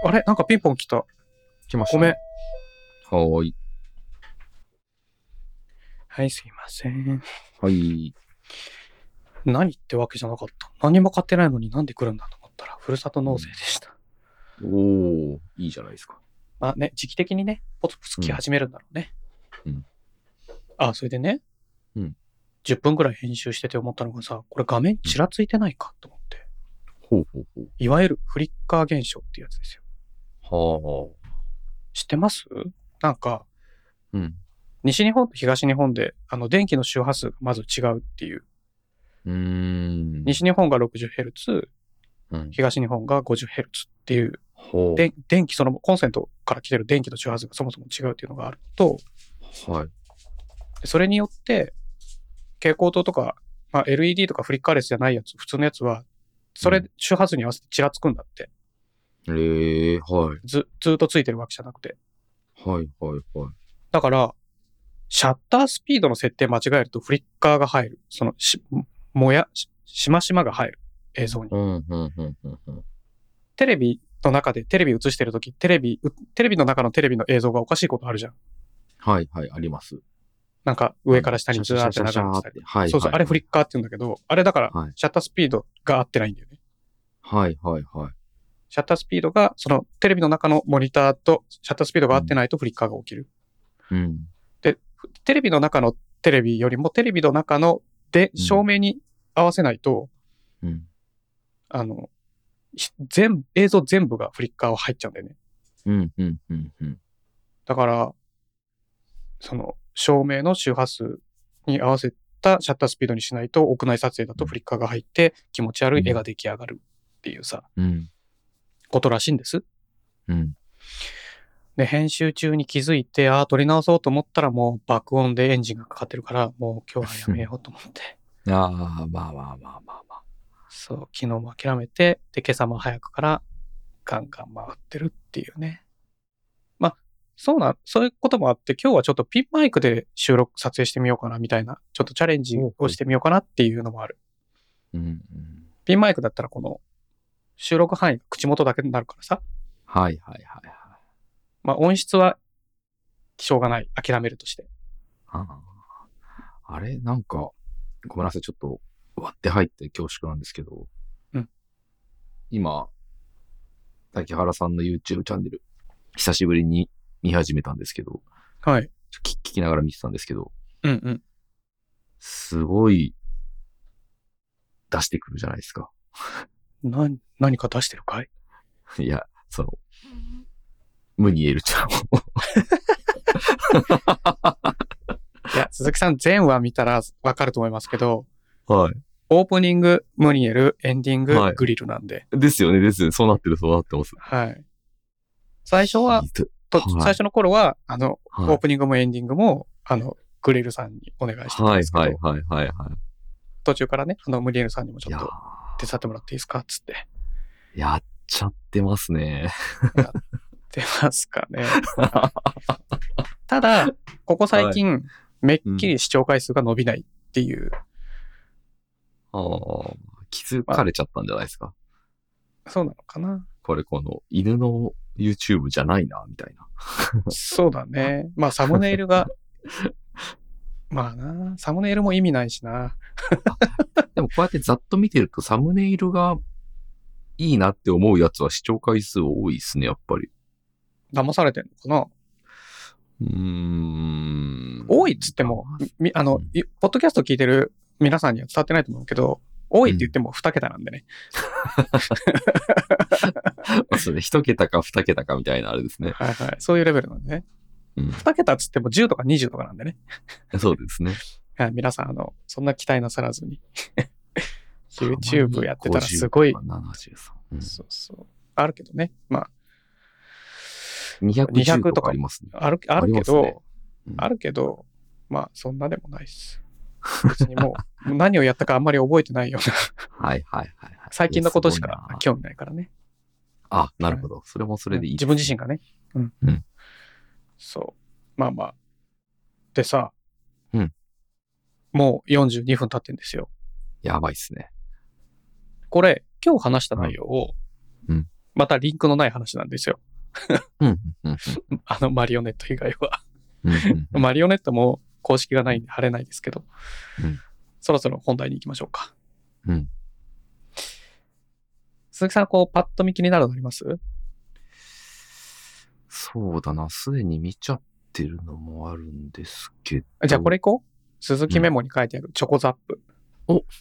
あれなんかピンポン来た。
来ました
ご
ね、
めん。
はーい。
はい、すいません。
はい。
何ってわけじゃなかった。何も買ってないのになんで来るんだと思ったら、ふるさと納税でした。
おー、いいじゃないですか。
まあね、時期的にね、ポツポツ来始めるんだろうね。
うん
あ、それでね、
うん
10分ぐらい編集してて思ったのがさ、これ画面ちらついてないかと思って。
ほうほうほう。
いわゆるフリッカー現象っていうやつですよ。
は
知ってますなんか、
あ。うん。
西日本と東日本で、あの、電気の周波数がまず違うっていう。
うーん。
西日本が 60Hz、
うん。
東日本が 50Hz っていう、
ほう。
で電気その、コンセントから来てる電気の周波数がそもそも違うっていうのがあると、
はい。
それによって、蛍光灯とか、まあ、LED とかフリッカーレスじゃないやつ、普通のやつは、それ、
うん
周波数に合わせてちらつくんだって。
ええはい。
ず、ずーっとついてるわけじゃなくて。
はい、はい、はい。
だから、シャッタースピードの設定間違えるとフリッカーが入る。そのし、もや、ししましまが入る。映像に。
うん、うん、うん、うん、うん。
テレビの中でテレビ映してるとき、テレビ、うテレビの中のテレビの映像がおかしいことあるじゃん。
はい、はい、あります。
なんか上から下にずーって流れて
シャシャシャシャシャ
た
っ
り
て。はい。
そうそう、あれフリ
ッ
ッカーって言うんだけど、あれだから
はい
シャッタースピードが合ってないんだよね。
ク。はい、はい、はい。
シャッタースピードが、そのテレビの中のモニターとシャッタースピードが合ってないとフリッカーが起きる。
うん。
テレビの中のテレビよりもテレビの中ので、
うん
照明に合わせないと、
うん。
あの、ひ全、映像全部がフリッカーは入っちゃうんだよね。
うん、うん、うん、うん。
だから、その、照明の周波数に合わせたシャッタースピードにしないと、屋内撮影だとフリッカーが入って気持ち悪い絵が出来上がるっていうさ、
うん。
ことらしいんです。
うん。
で、編集中に気づいて、ああ、撮り直そうと思ったらもう爆音でエンジンがかかってるから、もう今日はやめようと思 [laughs] って。
ああ、まあまあまあまあまあ。
そう、昨日も諦めて、で、今朝も早くからガンガン回ってるっていうね。まあ、そうな、そういうこともあって、今日はちょっとピンマイクで収録、撮影してみようかなみたいな、ちょっとチャレンジをしてみようかなっていうのもある。
うん、うん。
ピンマイクだったらこの収録範囲が口元だけになるからさ、
はい、はい、はい、はい。
まあ音質はしょうがない、諦めるとして。
あああれなんか、ごめんなさい、ちょっと割って入って恐縮なんですけど、
うん
今、竹原さんの YouTube チャンネル、久しぶりに見始めたんですけど、
はい。
ちょ聞聞きながら見てたんですけど、
うんうん。
すごい出してくるじゃないですか。 [laughs]
な、何か出してるかい
いや、その、ムニエルちゃんを。
いや、 [laughs] 鈴木さん前話見たらわかると思いますけど、
はい。
オープニング、ムニエル、エンディング
はい、
グリルなんで。
ですよね、ですよね。そうなってる、そうなってます。
はい。最初は
ひ、どい
と
はい
最初の頃は、あの、
はい
オープニングもエンディングも、あの、グリルさんにお願いしてたん
はい
ですけど、
はいはいはいはい。
途中からね、あの、ムニエルさんにも
い
ちょ
や
っと
ー
手伝ってもらっていいですかっつって。 [laughs]
やっちゃってますね。
出ますか
[laughs]
ね。ただ、ここ最近、めっきり視聴回数が伸びないっていう、
ああ、気づかれちゃったんじゃないですか。
そうなのかな。
これこの犬の YouTube じゃないな、みたいな。
そうだね。まあ、サムネイルが、まあな、サムネイルも意味ないしな。
でもこうやってざっと見てるとサムネイルがいいなって思うやつは視聴回数多いですね、やっぱり。
騙されてんのかな
うーん。
多いっつっても、みあの、いポッドキャスト聞いてる皆さんには伝わってないと思うけど、多いって言っても2桁なんでね。
まあ。そうね、一桁か二桁かみたいなあれですね。 [laughs]
はいはい。そういうレベルなんでね。
うん
2桁っつっても10とか20とかなんでね。
そうですね。
はい、皆さん、あの、そんな期待なさらずに。YouTube やってたらすごい
50、か73うん
そうそう。あるけどね。ま
210
200
と
と
か
か
ありますね。
あ、ある、あるけど、
あ
あ,、
りますねうん
るけど、まあ、そんなでもないっ
[laughs]
す。別にもう、もう何を
[laughs]
やったかあんまり覚えてないような、
はいはいはいはい。
最近のことし
いやすごい
か
な
興味ないからね。
あ、なるほど。それもそれでいい。
自分自身がね。うん。
うん
そう。まあまあ。でさ、
うん
もう42分経ってんですよ。
やばいっすね。
これ、今日話した内容を、
うん
またリンクのない話なんですよ。
うん、うん、
あのマリオネット以外は。
うんうん。うん
マリオネットも公式がないんで貼れないですけど、
うん
そろそろ本題に行きましょうか。
うん
鈴木さん、こう、パッと見気になるのあります
そうだな。すでに見ちゃってるのもあるんですけど。
じゃあこれ行こう。鈴木メモに書いてあるチョコザップ。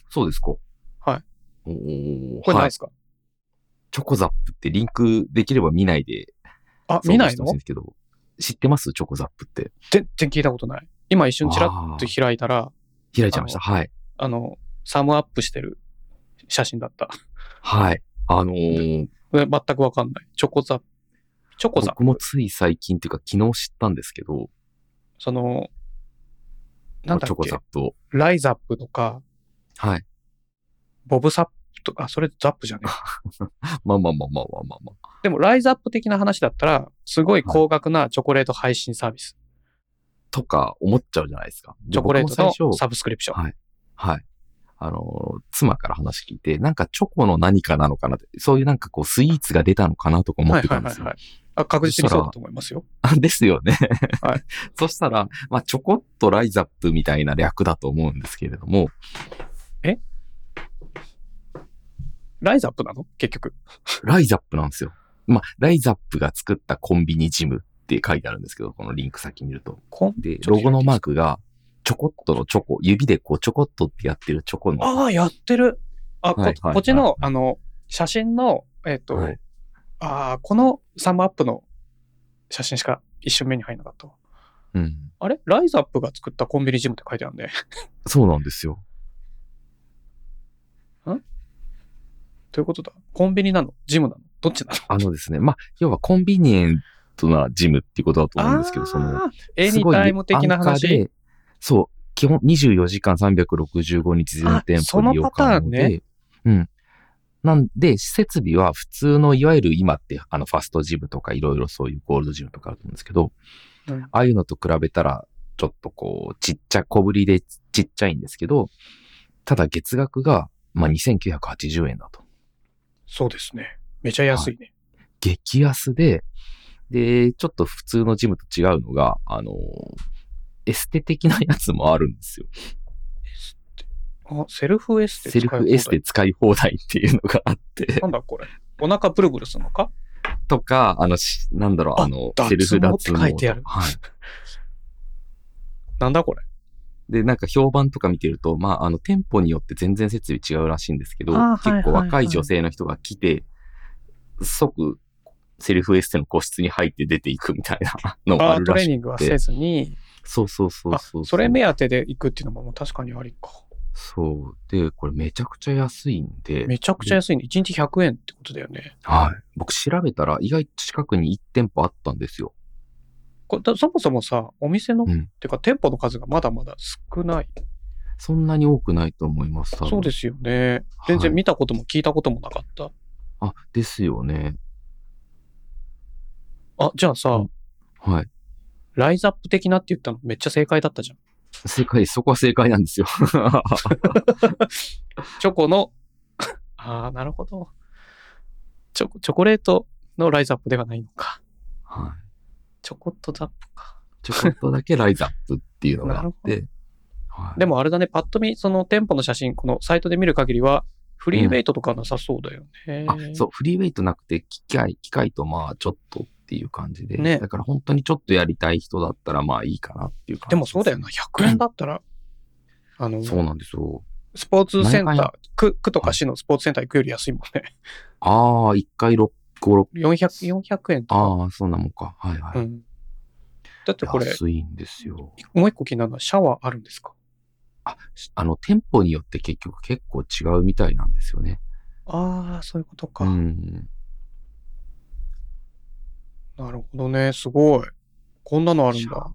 そうですか。
はい。
おー
これ何
は
で
い。
すか、
チョコザップってリンクできれば見ないで。
あ、見ない
そう
の
してほしんですけど知ってますチョコザップって。
全然聞いたことない。今一瞬ちらっ
あ
と
ー
開いたら、
開いちゃいました。はい。
あの、サムアップしてる写真だった。
はい。あのー
で全くわかんない。チョコザップ。チョコザッ
僕も
プ。
つい最近っていうか昨日知ったんですけど、
その、なんだ
チョ
っ
コ
け
ザップを。
ライザップとか、
はい。
ボブサップとか、あそれザップじゃねえ
まあまあまあまあまあまあまあ。
でも、ライズアップ的な話だったら、すごい高額なチョコレート配信サービス。
とか思っちゃうじゃないですか。で
チョコレー
僕も
トの
最初
サブスクリプション。
はい。はい。あのー、妻から話聞いて、なんかチョコの何かなのかなって、そういうなんかこうスイーツが出たのかなとか思ってたんですよ。
い。あ確実にそうだと思いますよ。
あ [laughs] ですよね。
はい
[laughs] そしたら、まあ、ちょこっとライズアップみたいな略だと思うんですけれども、
ライズアップなの結局。
ライズアップなんですよ。まあ、ライズアップが作ったコンビニジムって書いてあるんですけど、このリンク先見ると。
コン
で、
ちょっ
ロ
と
ゴのマークが、ちょこっとのチョコ、指でこうちょこっとってやってるチョコの、
ああ、やってる。あ、こ
はいはい
こっちの、あの、写真の、えっ、と、
はい
ああ、このサムアップの写真しか一瞬目に入らなかったわ。
うん。
あれライズアップが作ったコンビニジムって書いてあ [laughs] るね。
そうなんですよ。
ということだ。コンビニなのジムなのどっちなの
あのですね、まあ、要はコンビニエントなジムっていうことだと思うんですけど、その、
あー、エ
す
ニ
ごい
タイム的な
安価
話。
で。そう。基本24時間365日全店
あそ
舗
の
利用
パ
可
ターン
能
ね
で。うん。なんで、設備は普通の、いわゆる今って、あの、ファストジムとかいろいろそういうゴールドジムとかあると思うんですけど、
うん
ああいうのと比べたら、ちょっとこう、ちっちゃ、小ぶりでちっちゃいんですけど、ただ月額が、まあ、2980円だと。
そうですね。めちゃ安いね。
激安で、で、ちょっと普通のジムと違うのが、あの、エステ的なやつもあるんですよ。
あ、セルフエステ
セルフエス
使い
テ使い放題っていうのがあって
放題、なんだこれ。お腹ブルブルするのか
とか、あの、しなんだろう、
あ
あの、
脱毛
セルフ脱
っ
毛。
て書いてある
はい。
[laughs] なんだこれ。
で、なんか評判とか見てると、まあ、あの、店舗によって全然設備違うらしいんですけど、
あーはい
結構
はいは
若
い
い女性の人が来て、即、セルフエステの個室に入って出ていくみたいな [laughs] のも
あ
あ
あ
る
ト
ら
レー
しい。
ニングはせずに、
そうそうそう
あ、
そうう。
それ目当てで行くっていうのも確かにありか。
そう。で、これめちゃくちゃ安いんで、
めちゃくちゃ安いね。1日100円ってことだよね。
はい。僕調べたら意外と近くに1店舗あったんですよ。
これだそもそもさ、お店の、
うん
っていうか店舗の数がまだまだ少ない。
そんなに多くないと思います、多分
そうですよね。全然見たことも聞いたこともなかった。
あ、ですよね。
あ、じゃあさ、
うんはい。
ライズアップ的なって言ったのめっちゃ正解だったじゃん。
正解、そこは正解なんですよ。 [laughs]
チョコの、 [laughs] ああ、なるほど。チョコ、チョコレートのライズアップではないのか。
は
チョコっとザップか。
い。ちょこっとだけライズアップっていうのがあっ
な
て。はい、
でもあれだね、パッと見、その店舗の写真、このサイトで見る限りは、フリーウェイトとかなさそうだよね。
あ、そう、フリーウェイトなくて、機械、機械とまあ、ちょっとっていう感じで。
ね
だから本当にちょっとやりたい人だったらまあいいかなっていう
で
感じ
す
ね、
もそうだよな、100円だったら、あの、
そうなんですよ。
スポーツセンタ
なん
ー
か、
区区とか市のスポーツセンター行くより安いもんね。
ああ、一回六五六
400、400円とか。
ああ、そんなもんか。はいはい。
うん。だってこれ、
安いんですよ。
もう一個気になるのはシャワーあるんですか
あ、しあの、店舗によって結局結構違うみたいなんですよね。
ああ、そういうことか。
うん。
なるほどね。すごい。こんなのあるん
シャワ
だ。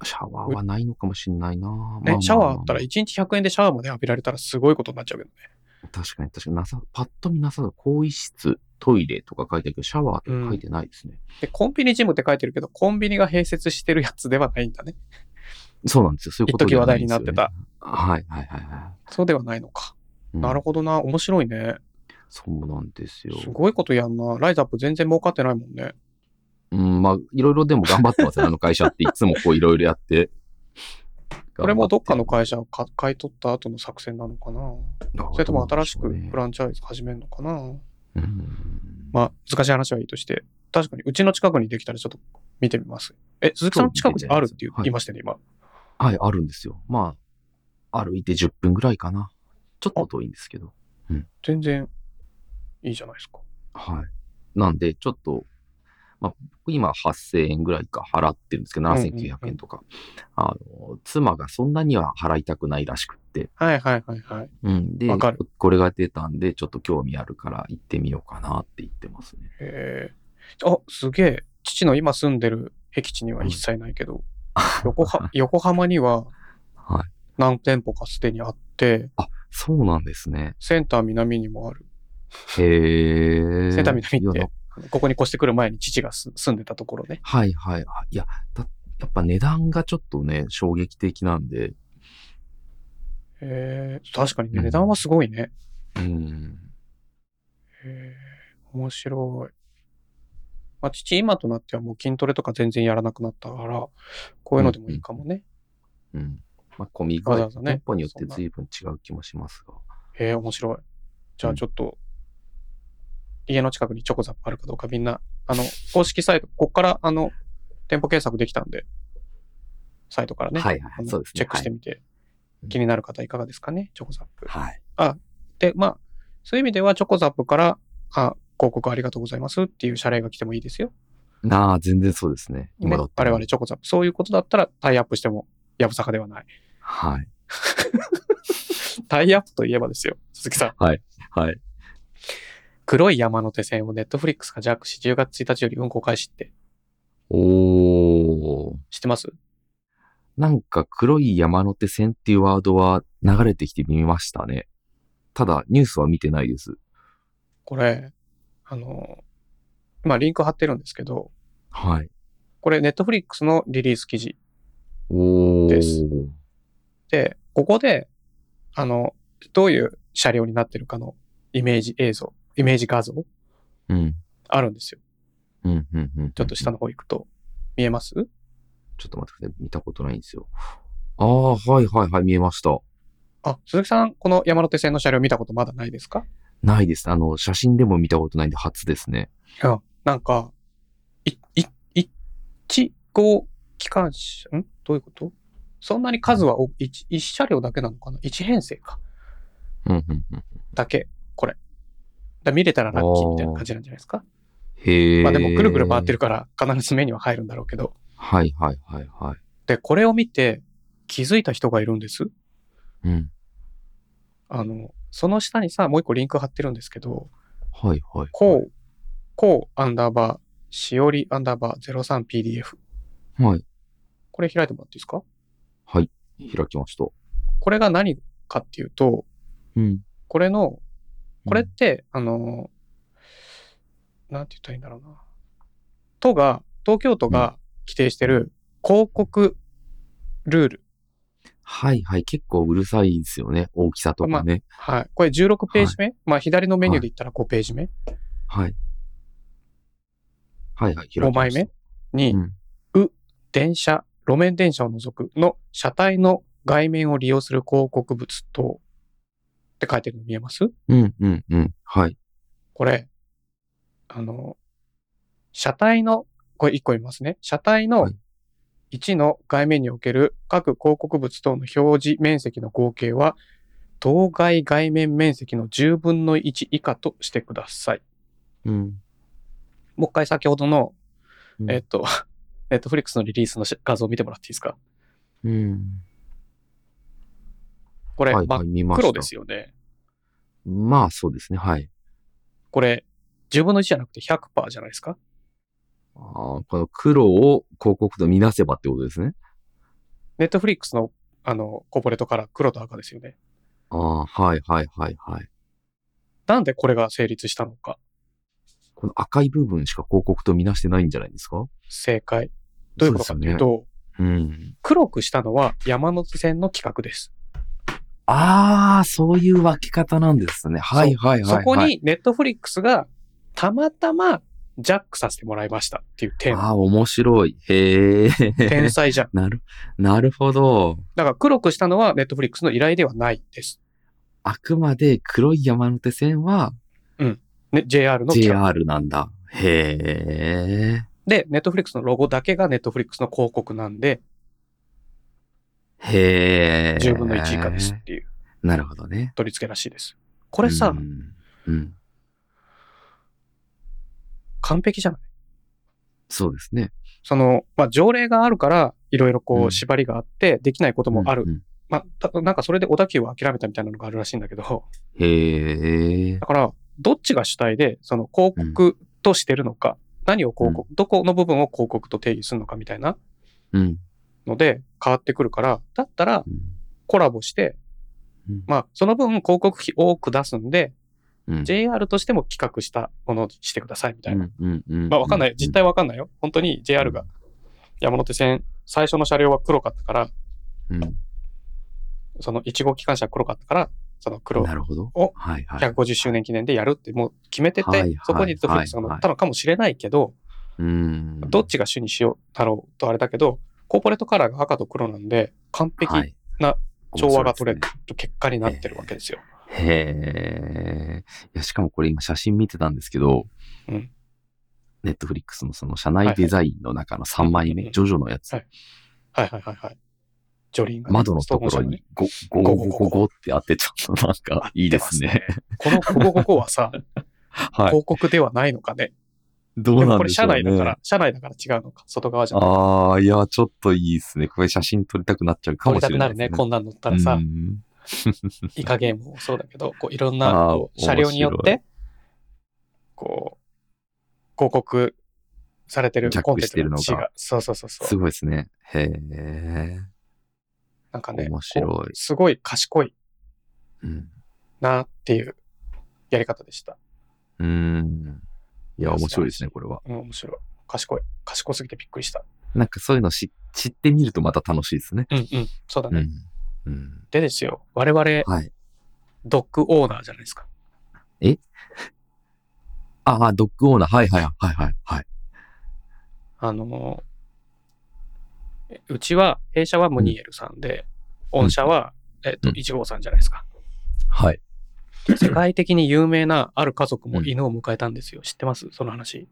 ーシャワーはないのかもしんないな。まあまあまあ
ね、
まあ
シャワーあったら1日100円でシャワーまで浴びられたらすごいことになっちゃうけどね。
確かに確かになさ、パッと見なさそう。更衣室、トイレとか書いてあるけど、シャワーって書いてないですね。
で、コンビニジムって書いてるけど、コンビニが併設してるやつではないんだね。
そうなんですよ。そういう
一
こと
時
で
話
はない
題
ん
に
です
な
よ
っ
ね
てた。
はいはいはいは
そうではないのか。
い。
なる
ほ
ほどな。面白いね。
ど。そうなんですよ。
すごいことやんな。ライズアップ全然儲かってないもんね。
うん、まあ、いろいろでも頑張ってますよ。あの会社っていつもこういろいろやって。
これもどっかの
頑張
会社をか買い取った後の作戦なのかな。
てる
それとも新しくフ
ラ
ランチャイズ始めるのかな。
うん。
まあ、難しい話はいいとして、確かにうちの近くにできたらちょっと見てみます。え、鈴木さんの近くにあるって言
はい
言いましたよね、今。
はい、あるんですよ。まあ、歩いて10分ぐらいかな。ちょっと遠いんですけど。
全然いいじゃないですか。
はい。なんで、ちょっと、まあ、僕今8000円ぐらいか払ってるんですけど、7900円とか。あの、妻がそんなには払いたくないらしくって。
はいはいはいはい。
うん。で、
わかる
ここれが出たんで、ちょっと興味あるから行ってみようかなって言ってますね。
えー、あ、すげえ。父の今住んでる僻地には一切ないけ
[laughs]
ど、横は横浜には
はい。
何店舗かすでにあって、
そうなんですね。
センター南にもある。
へ
[laughs]
え。
センター南
いや
って、あのここに越してくる前に父がす住んでたところね。
はいはい。あいや、だやっぱ値段がちょっとね、衝撃的なんで。
えー、確かに
う
ね
ん
値段はすごいね。
うん。
へー面白い。まあ、父、今となってはもう筋トレとか全然やらなくなったから、こういうのでもいいかもね。
うん。まあ、込み具
わざ
合、
わざね
店舗によって
そんな
随分違う気もしますが。
へえ、面白い。じゃあちょっと、家の近くにチョコザップあるかどうかみんな、あの、公式サイト、こっから、あの、店舗検索できたんで、サイトからね、
はいはい
あ
はい。
の
そうですね。
チェックしてみて、
い
気になる方いかがですかね、チョコザップ。
はい。はい。
で、まあ、そういう意味ではチョコザップから、あ、広告ありがとうございますっていう謝礼が来てもいいですよ。
なあ、全然そうですね。
ね、
今だった
我
ら
々チョコザップ。そういうことだったらタイアップしても、やぶさかではない。
はい。
タイアップといえばですよ、鈴木さん。
はい。
黒い山手線をネットフリックスがジャックし、10月1日より運行開始って
おー。
知ってます
なんか黒い山手線っていうワードは流れてきてみましたね。ただ、ニュースは見てないです。
これ、あの、まあ、リンク貼ってるんですけど、
はい。
これネットフリックスのリリース記事
おー。
ですで、ここで、あの、どういう車両になってるかのイメージ映像、イメージ画像
うん。
あるんですよ。
うん、うん、うん。
ちょっと下の方行くと。見えます
ちょっと待ってください。見たことないんですよ。ああ、はいはいはい、見えました。
あ、鈴木さん、この山手線の車両見たことまだないですか
ないです。あの、写真でも見たことないんで、初ですね。
いや、なんか、い、い、一号機関車、んどういうことそんなに数はお一、一車両だけなのかな一編成か。
うん、うん、うん。
だけ、これ。だから見れたらラッキーみたいな感じなんじゃないですか
へえ。
まあでも、ぐるぐる回って
る。
るから、必ず目には入るんだろうけど。
はいはいはいはい。
で、これを見て、気づいた人がいるんです。
うん。
あの、その下にさ、もう一個リンク貼ってるんですけど、
はいはい。
こう、こう、アンダーバー、しおり、アンダーバー、03PDF。
う。はい。
これ開いてもらっていいですか
開きました。
これが何かっていうと、
うん。
これの、これって、あの、なんて言ったらいいんだろうな。都が、東京都が規定してる広告ルール。
はいはい。結構うるさいですよね。大きさとかね。
はい。これ16ページ目、まあ左のメニューで言ったら5ページ目、
はい。はいはい。
5枚目に、
うん。
電車、路面電車を除くの車体の外面を利用する広告物等って書いてるの見えます
うんうんうん。はい。
これ、あの、車体の、これ1個言いますね。車体の
はい
1の外面における各広告物等の表示面積の合計は、当該外面面積の10分の1以下としてください。
うん。
もう一回先ほどの、
うん
えっと、 [laughs] ネットフリックスのリリースのし画像を見てもらっていいですか
うん。
こ
は
れ、
いは
真
い。
っ
見ました。
黒ですよね。
まあそうですね。はい。
これ、10分の1じゃなくて100%じゃないですか
ああ、この黒を広告と見なせばってことですね。
ネットフリックスの、あの、コーポレートから黒と赤ですよね。
ああ、はいはいはいはい。
なんでこれが成立したのか。
この赤い部分しか広告とみなしてないんじゃないですか
正解。どういうことかというと、
そうですよね。うん。
黒くしたのは山手線の企画です。
ああ、そういう分け方なんですね。はいはいはい、は
そ
い。
こにネットフリックスがたまたまジャックさせてもらいましたっていう点。
ああ、面白い。へえ。 [laughs]
天才じゃん。
なる、なるほど。
だから黒くしたのはネットフリックスの依頼ではないです。
あくまで黒い山手線は
ね、JR の企画。
JR なんだ。へえ。
で、ネットフリックスのロゴだけがネットフリックスの広告なんで、
へえ。
10分の1以下ですっていう
なるほどね。
取り付けらしいです。こ
こ
れさ、
うん。うん
完璧じゃない
そうですね。
その、まあ、条例があるから、いろいろこ
う
う、
ん
縛りがあって、できないこともある。
うんうん
まあ、たなんかそれで小田急を諦めたみたいなのがあるらしいんだけど、
へえ。
だから、どっちが主体で、その広告としてるのか、何を広告、どこの部分を広告と定義するのかみたいな
うん。
ので変わってくるから、だったら
うん
コラボして
うん、
まあ、その分広告費多く出すんで、
うん
JR としても企画したものにしてくださいみたいな。ま
ま
あ、わかんない。実態
は
わかんないよ。本当に JR が。山手線、最初の車両は黒かったから、その1号機関車黒かったから、その黒
なるほど。
を
はいはい。
150周年記念でやるってもう決めてて、
はいはい
そこにネットフリックスが乗ったのかもしれないけど、
うん。
どっちが主にしようだろうとあれだけど、コーポレートカラーが赤と黒なんで、完璧なな調和が取れる結果になってるわけですよ。
れへえ。いや、しかもこれ今写真見てたんですけど
うん、
ネットフリックスのその社内デザインの中の3枚
うんう
目、
ん
ジョジョのやつ
はい、はいはいはいはい。ジョリーンがね、
窓の
スト
と
ーブ
こ
ン
ろ
車がね
に、ゴゴゴゴゴゴってあって、ちょっとなんかいいですね。
このここここは
[laughs]
さ、
はい。
広告ではないのかね。
どう
でも
なん
こ
で
れ
しょ
社
うね。
内だから、社内だから違うのか。外側じゃない。
ああ、いや、ちょっといいですね。これ写真撮りたくなっちゃうか
撮
も
り
した
く
れ
な
ない
る
ですね。
ね。こんなん乗ったらさ
う、ん
イカゲームもそうだけど、こういろんな
あー
こう車両によっ
面
て、こう、広告されてる
ジャック
コンテンツの
してるの
が
が。
そうそうそうそう
す。ごいですね。へえ。
なんかね、
面白い
こうすごい賢い
うん。
なっていうやり方でした。
うん。いや、面白いですね、これは。
うん、面白い。賢い。賢すぎてびっくりした。
なんかそういうの知知ってみるとまた楽しいですね。
うんうん。そうだ
う
ね。
ん。うん。
でですよ、我々、
はい。
ドッグオーナーじゃないですか。
ああ、ドッグオーナー。はいはいはいはいはい。
あのーえうちは、弊社はムニエルさんで、御社は、えっと、
うん
一号さんじゃないですか。
はい。
世界的に有名なある家族も犬を迎えたんですよ。知ってますその話。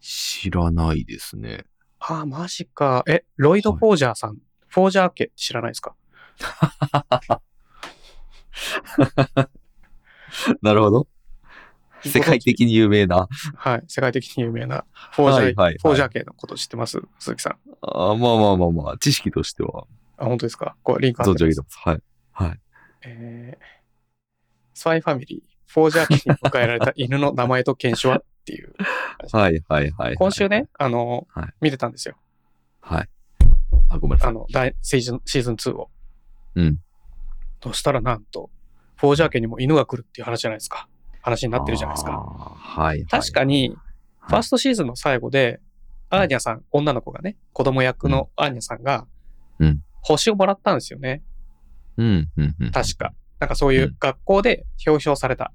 知らないで
[laughs]
すね。
ああ、マジか。え、ロイド・フォージャーさん。フォージャー家って知らないですか
なるほど。 [laughs] 世界的に有名な。
はい。世界的に有名なフォージャー、
はいはいはい
フォージャー系のこと知ってます鈴木さん。
あーまあまあまあまあ、知識としては
あ、本当ですかこう、リンク貼
存
って
じ上
ま
げ
す
て。ます。はい。はい。
えー、スパイファミリー、フォージャー系に迎えられた犬の名前と犬種はっていう。
はいはいはいはい。
今週ね。、あの、
はい
見てたんですよ。
はい。あ、ごめんなさ
あ
い。
の、第シーズン、シーズン2を。
うん。
そしたらなんと、フォージャー家にも犬が来るっていう話じゃないですか。話になってるじゃないですか。
あー。はいはい。
確かに、ファーストシーズンの最後で、アーニャさん、女の子がね、子供役のアーニャさんが
うん、
星をもらったんですよね。
うん、うん、うん。
確か。なんかそういううん学校で表彰された。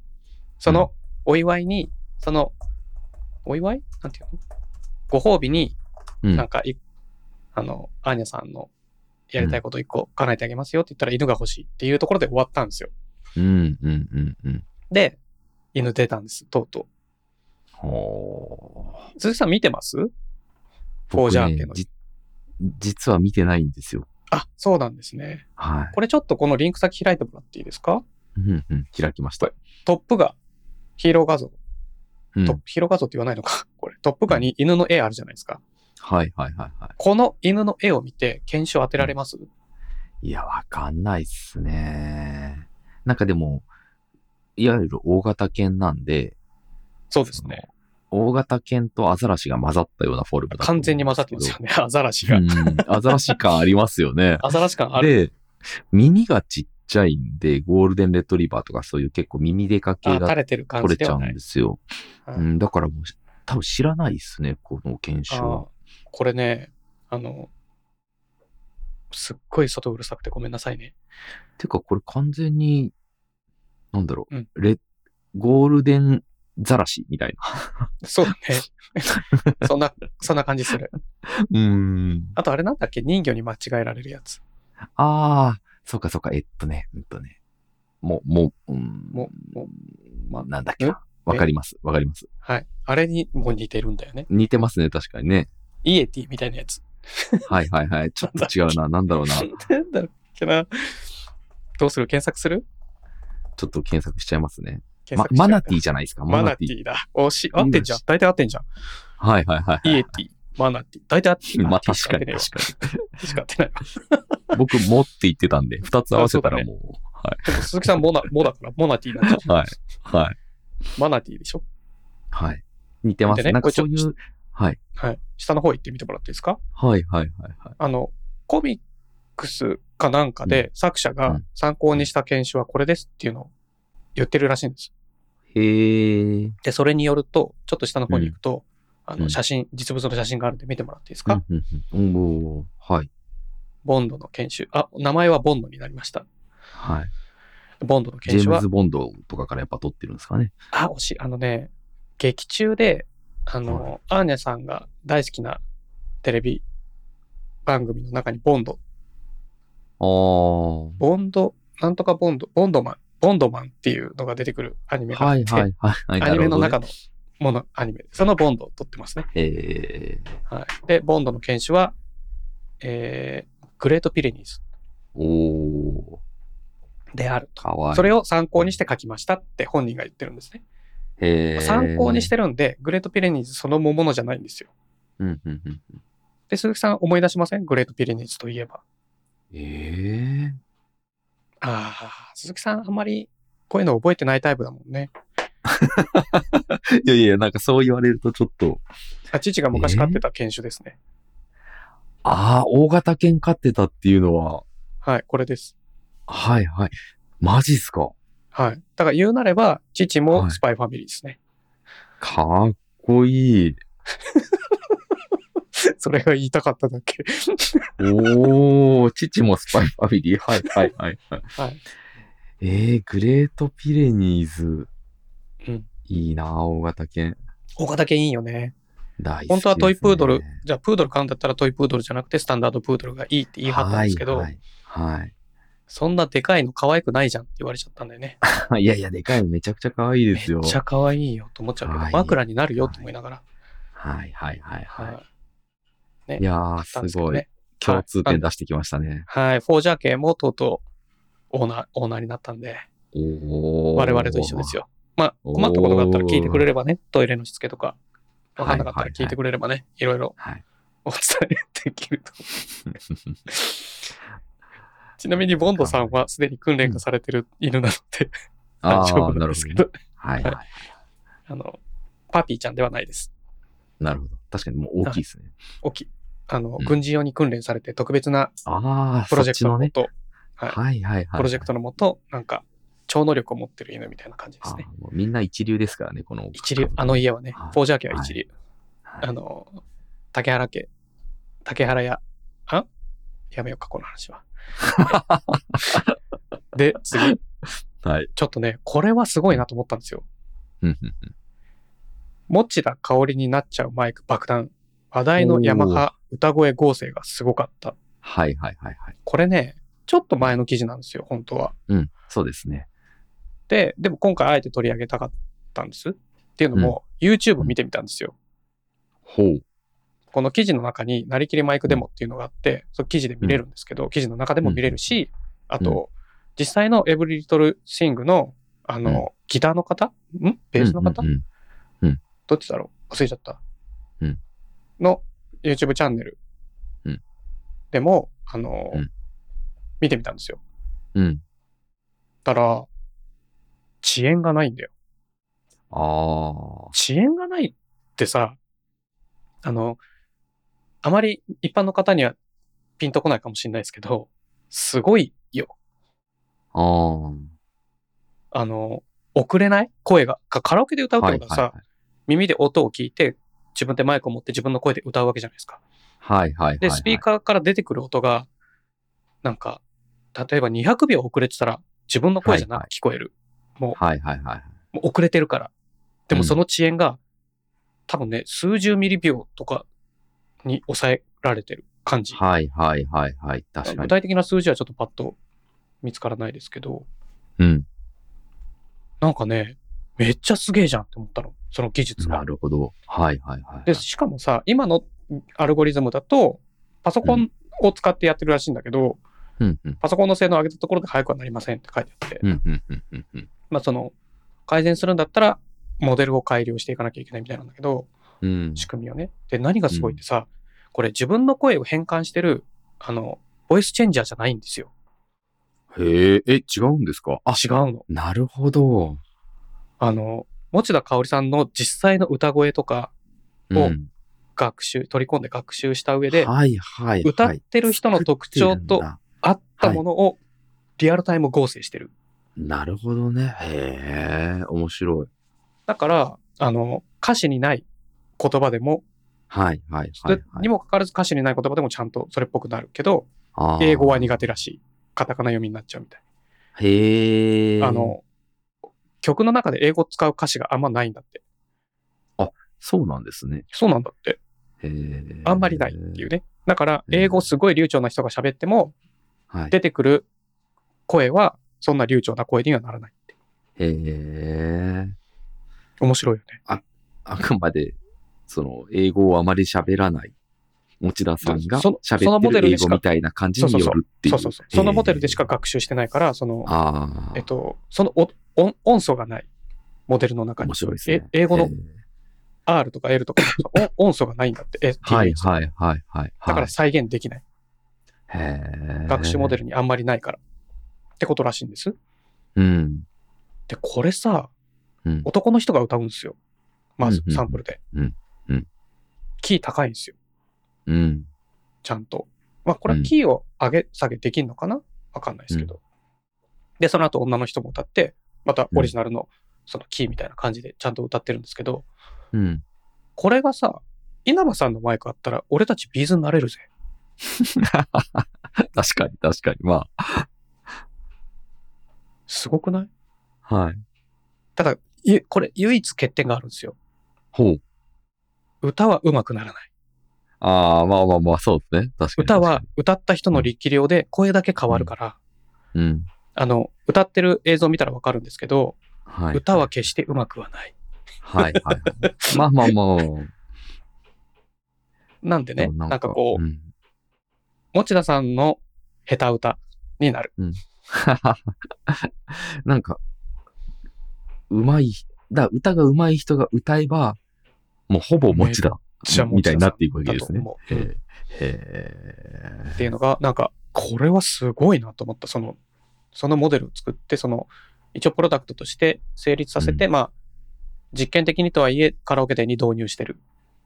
そのお祝いに、その、お祝いなんていうのご褒美に、
うん
なんかい、あの、アーニャさんのやりたいこと一個叶えてあげますよって言ったら犬が欲しいっていうところで終わったんですよ。
うん、うん、うん、うん。
で、犬出たんです、とうと
ほー。
う。鈴木さん見てますフォージャー家の
僕ねじ実は見てないんですよ。
あ、そうなんですね。
は
これちょっとこのリンク先開いてもらっていいですか
い。うん、うん。開きました。
トップが、ヒーロー画像。
うん
トップヒーロー画像って言わないのか。これ、トップガンに犬の絵あるじゃないですか。
はい、はい、はい、は
この犬の絵を見て、検証当てられます、
い。いや、わかんないっすね。なんかでも、いわゆる大型犬なんで、
そうですね。
大型犬とアザラシが混ざったようなフォルムだと思う
完
んですけ
全
ど
に混ざってますよね、アザラシが。
うんアザラシ感ありますよね。
[laughs] アザラシ感ある。
で、耳がちっちゃいんで、ゴールデンレトリバーとかそういう結構耳でか
あ
系
あ、垂
が
れてる感
取
じで
れちゃ
は
う
ない
んで。すよ。
はい
うん、だからもう、多分知らないですね、この犬種は。
あーこれね、あの、すっごい外うるさくてごめんなさいね。
てか、これ完全に、なんだろう、
うん
レゴールデンザラシみたい [laughs]
そうだね。そんな、そんな感じする。
な。うん。
あとあれなんだっけ人魚に間違えられるやつ。
ああ、そうかそうか、えっとね、うんとね。も、も、うん、
もも
まあ、なんだっけな。わかります、わかります。
はい。あれにも似てるんだよね。
似てますね、確か
[laughs]
にね。
イエティみたいなやつ。
はいはいはい。ちょっと違うな、なんだろうな。
なんだっけな。どうする検索する
ちょっと検索しちゃいますね。
検
ま
索しちゃ
マ
う
ナティーじゃないですか、
マ
マ
ナ
ナ
テ
ティ
ィ
ー。
だ。おし、合ってんじゃん。大体合ってんじゃん。
はいはいは
イ
い。
エティ、マナティ。大体合ってんじゃん。
まあ
ティーし
確
か合って
かに
ねえわ
確かに。
ティーしか合ってないわ。
僕、もって言ってたんで、二つ合わせたらもう、
でも鈴木さん、モナ、 [laughs] モだから、モナティーなんでしょ。
はい。はい。
マナティーでしょ。
はい。似てま
で
す。
ね
なんか
これち
そ
ょ
ういう、はい。
はい。下の方行ってみてもらっていいですか
はいはいはいはい。
あの、コミックスかなんかで作者
う
が
ん
参考にした研修はこれですっていうのを言ってるらしいんです。
へえ。
で、それによると、ちょっと下の方に行くと、あ
う
の、
ん
写真、実物の写真があるんで見てもらっていいです
う
か、
んうんうん。おーはい。
ボンドの研修。あ、名前はボンドになりました。
はい。
ボンドの
ジ
研
ェ
修
ーム
は
ズ・、ボンドとかからやっぱ撮ってるんですかね。
あ、惜しい。あのね、劇中で、あの、アーニャさんが大好きなテレビ番組の中にボンド、
あー。
ボンド、なんとかボンド、ボンドマン、ボンドマンっていうのが出てくるアニメがあ
は
っ
い
て、
はいはい
[laughs]
はい。
アニメの
なる
中のもの、アニメ。そのボンドを撮ってますね。
ほどね。えー。
はい。で、ボンドの犬種は、えー、グレートピレニーズ
おー。
であると。
かわいい。
それを参考にして書きましたって本人が言ってるんですね。
へー
参考にし。てるんで、グレートピレニーズそのものじゃないんですよ。
うんうんうん。
で、鈴木さん思い出しませんグレートピレニーズといえば。
え
ああ、鈴木さんあんまりこういうの覚えてないタイプだもんね。
え。いやいや、なんかそう言われるとちょっと。
あ父が昔飼ってた犬種ですね。
ああ、大型犬飼ってたっていうのは、
はい、これです。
はいはい。マジっすか。
はい。だから言うなれば、父
は
も
い
スパイファミリーですね。 [laughs]
かっこいい。
それが言いたかっただけ。
おー、父もスパイファ
[laughs]
ミリー。はいはいはいはい。
はい。
えー、グレートピレニーズ。
うん
いいなあ大型犬。
大型犬いいよね。
大好きです、ね。
本当はトイプードル、じゃあプードル買うんだったらトイプードルじゃなくてスタンダードプードルがいいって言い張ったんですけど、
はい、はいはい。
そんなでかいの可愛くないじゃんって言われちゃったんだよね。
あいやいや、でかいのめちゃくちゃ可愛いですよ。
めっちゃ可愛いよと思っちゃうけど、
はい
枕になるよと思いながら。
はいはいはい
はい。
は
ね
い。いや
買
ー、
ったんですけど
ごい
ね。。
共通
はい
点出してきましたね。
はい。フォージャー系もとうとうオーナー、オーナーになったんで、
おお。
我々と一緒です
よ。
よ。まあ、困ったことがあったら聞いてくれればね、トイレのしつけとか、わかんなかったら聞いてくれればね、いろいろ
はい。
お伝えできると。 [laughs] ちなみに、ボンドさんはすでに訓練がされてる犬なので、
あ
大丈
あ
夫
ー、
なで
なんるほ
す
ど
けど、
ね。はい
はい
はい。
あの、パピーちゃんではないです。
なるほど。確かにもう大きいですね。
大きい。あの、
うん
軍事用に訓練されて特別な
ああ、
プロジェクト
そ
の
っちの
も
ね。
と、はい
はいはいはい。
プロジェクトのもと、なんか、超能力を持ってる犬みたいな感じで
あ
す
ー
ね。
もうみんな一流ですからね、この。
一流、あの家はね
はい、
フォージャー家は一流。
はい。
あの、竹原家、竹原屋、あやめようか、この
[laughs]
話は。で、次、
はい。
ちょっとね、これはすごいなと思ったんですよ。
うんうん
持田香織になっちゃうマイク爆弾。話題のヤマハ歌声合成がすごかった。
はいはいはいはい。
これね、ちょっと前の記事なんですよ、本当は。
うん、そうですね。
で、でも今回あえて取り上げたかったんです。っていうのも、YouTube 見てみたんですよ。
ほう。
この記事の中に、なりきりマイクデモっていうのがあって、その記事で見れるんですけど、記事の中でも見れるし、あと、実際のエブリリトルシングの、あの、ギターの方んベースの方、
うんうんうん
どっちだろう忘れちゃった。
うん
の YouTube チャンネル。
うん
でも、あの、
うん
見てみたんですよ。
うん。
たら、遅延がないんだよ。
ああ。
遅延がないってさ、あの、あまり一般の方にはピンとこないかもしれないですけど、すごいよ。
あああ。
あの、遅れない声が。かカラオケで歌うってことはさ、耳で音を聞いて、自分でマイクを持って自分の声で歌うわけじゃないですか。
はいはいはい。
で、スピーカーから出てくる音が、なんか、例えば200秒遅れてたら、自分の声じゃな
はいは
く聞こえる。
ー。はいはいはい。
もう遅れてるから。で
う
も
ん
その遅延が、多分ね、数十ミリ秒とかに抑えられてる感じ。
はいはいはいはい。確か
具
に。
体的な数字はちょっとパッと見つからないですけど、
うん。
なんかね、めっちゃすげえじゃんって思ったの。その技術が
な。るほど。はいはいはい。
で、しかもさ、今のアルゴリズムだと、パソコンを使ってやってるらしいんだけど、
うんうん。
パソコンの性能を上げたところで速くはなりませんって書いてあって、
うんうんうんうんうん。
まあその、改善するんだったら、モデルを改良していかなきゃいけないみたいなんだけど、
うん。
仕組みをね。で、何がすごいってさ、これ自分の声を変換してる、あの、ボイスチェンジャーじゃないんですよ。
へえ、え、違うんですかあ、
違うの。
なるほど。
あの、持田香織さんの実際の歌声とか
うん
学習、取り込んで学習した上で、
はいはいはい。
歌ってる人の特徴と
作ってるんだ
あったものをリアルタイム合成してる。
なるほどね。へえ、面白い。
だから、あの、歌詞にない言葉でも、
はいはいはい、
で
は
に
い。
もかかわらず歌詞にない言葉でもちゃんとそれっぽくなるけど、
あー
英語は苦手らしい。カタカナ読みになっちゃうみたい。
へえ。
あ、の、曲の中で英語を使う歌詞があんまないんだって。
そうなんですね。
そうなんだって。
へえ。。
あんまりないっていううね。だから、
うん
英語すごい流暢な人が喋っても、
はい。
出てくる声は、そんな流暢な声にはならないって。
へえ。
面白いよね。
あくまで、その、英語をあまり喋らない。持田さんが
そその
喋
モ
って
デル
る英
でし
語
か
みたいな感じによるってい
そ
う。
うそうそう。そのモデルでしか
へー。
学習してないから、その、
ああ。
えっと、そのお音音素がない。モデルの中に
面。白いですね。
え英語の
へー
R とか L とか、音音素がないんだって。え
はい
TH
はいはいはい。
だから再現できない。
へー
学習モデルにあんまりないから。ってことらしいんです。
うん。
で、これさ、
うん
男の人が歌うんですよ。まず
うんうんう、ん
サンプルで。
うんうん
キー高いんですよ。
うん。
ちゃんと。まあ、これはキーを上げ下げできるのかなわかんないですけど。で、その後女の人も歌って、またオリジナルのそのキーみたいな感じでちゃんと歌ってるんですけど、
うん。
これがさ、稲葉さんのマイクあったら、俺たちビーズになれるぜ。
確かに確かに。ます
ごくない
あ。はい。
ただ、いこれ唯一欠点があるんですよ。
ほう。
歌は上手くならない。
ああ、まあまあまあ、そうですね。確かに。
歌は、歌った人の力量で声だけ変わるから、
うん。
あの、歌ってる映像見たらわかるんですけど、
はい。
歌は決してうまくはない。
はいはいはい。まあまあまあ。
なんで [laughs] ね、
そう
なんかこう、
ん [laughs]
持田さんの下手歌になる。
なんか、うまい、だ歌がうまい人が歌えば、もうほぼ持ちだ。
じゃあ持
み
田さん
たいになっていくわけですね
だと思。う
へ
うん
ーへ
っていうのが、なんか、これはすごいなと思った。その、そのモデルを作って、その、一応プロダクトとして成立させて、まあ、実験的にとはいえ、カラオケ店に導入してる。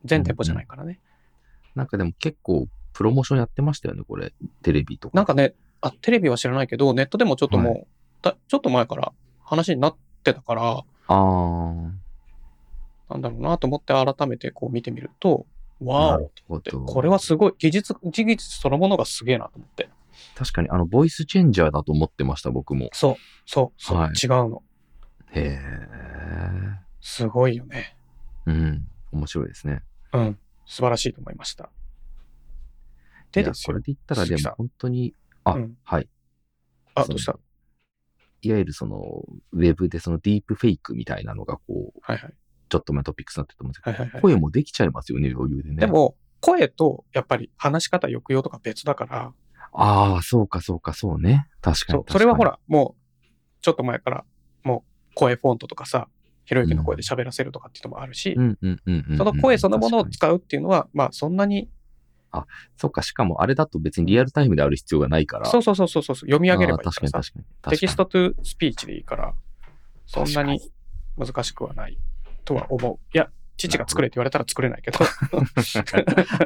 全店舗じゃないからね。
ーなんかでも結構、プロモーションやってましたよね、これ。テレビとか。
なんかね、あ、テレビは知らないけど、ネットでもちょっともう、
は
だちょっと前から話になってたから、
ああ。
なんだろうなと思って改めてこう見てみると、わ
な
お
るほ
って
ど。
これはすごい、技術、技術そのものがすげえなと思って。
確かに、あの、ボイスチェンジャーだと思ってました、僕も。
そう、そう、そう、
はい
違うの。
へ
すごいよね。
え。うん。面白いですね。
うん、素晴らしいと思いました。
い
で
や
です
これ
よ
で。言ったら、で
鈴木さん
も本当に、あ、
うん
はい。
あ、
そ
ど
の
うした
いわゆるその、ウェブでそのディープフェイクみたいなのが、こう、
はいはい。
ちょっと前トピックスになってると思うんですけ
はいはい
ど、
はい、
声もできちゃいますよね、余裕でね。
で、も、声と、やっぱり話し方、抑揚とか別だから、
ああ、そうか、そうか、そうね。確かに
そうそれはほ、ら、もう、ちょっと前から、もう、声フォントとかさ、ひろゆきの声で喋らせるとかっていうのもあるし、
確かにうんうんうんうんうん。
その声そのものを
確か
使
に
うっていうのは、まあ、そんなに、
そうか、しかもあれだと別にリアルタイムである必要がないから。
そううそうそうそうそう、読み上げればいい
確
か
からに
さ、
確かに。確かに
テキストトゥスピーチでいいから、そんなに
確
難しくはないとは思う。いや、父が作れって言われたら作れないけど、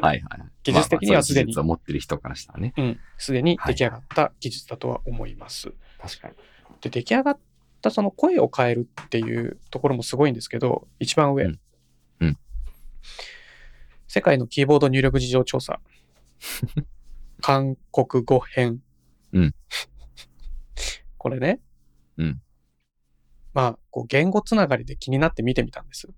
はいはい。
技術的にはすで
まあまあそういう技
に
術を持ってる人からしたらね。
うん、すでに出来上がった技術だとは思います。
確かに。
で出来上がったその声を変えるっていうところもすごいんですけど一番上、
うんうん
世界のキーボード入力事情調
[laughs]
査韓国語編、
うん
[laughs] これね、
うん
まあこう言語つながりで気になって見てみたんです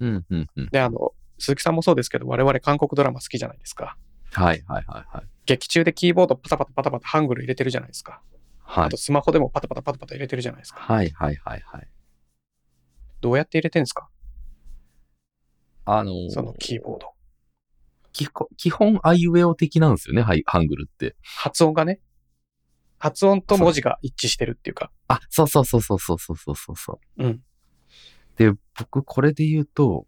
うん、うん、うん。
であの鈴木さんもそうですけど我々韓国ドラマ好きじゃないですか
はいはいはいはい。
劇中でキーボードパタパタパタパタハングル入れてるじゃないですか、
は
あ
い
と。スマホでもパタパタパタパタ入れてるじゃないですか
はいはいはいはい。
どうやって入れてるんですか
あのー
そのキーボード。
基本基本、アイウェオ的なんですよね、はい、ハングルって。
発音がね。発音と文字が一致してるっていうか。
あ、そうそうそうそうそうそうそうそうそう。
うん。
で、僕、これで言うと、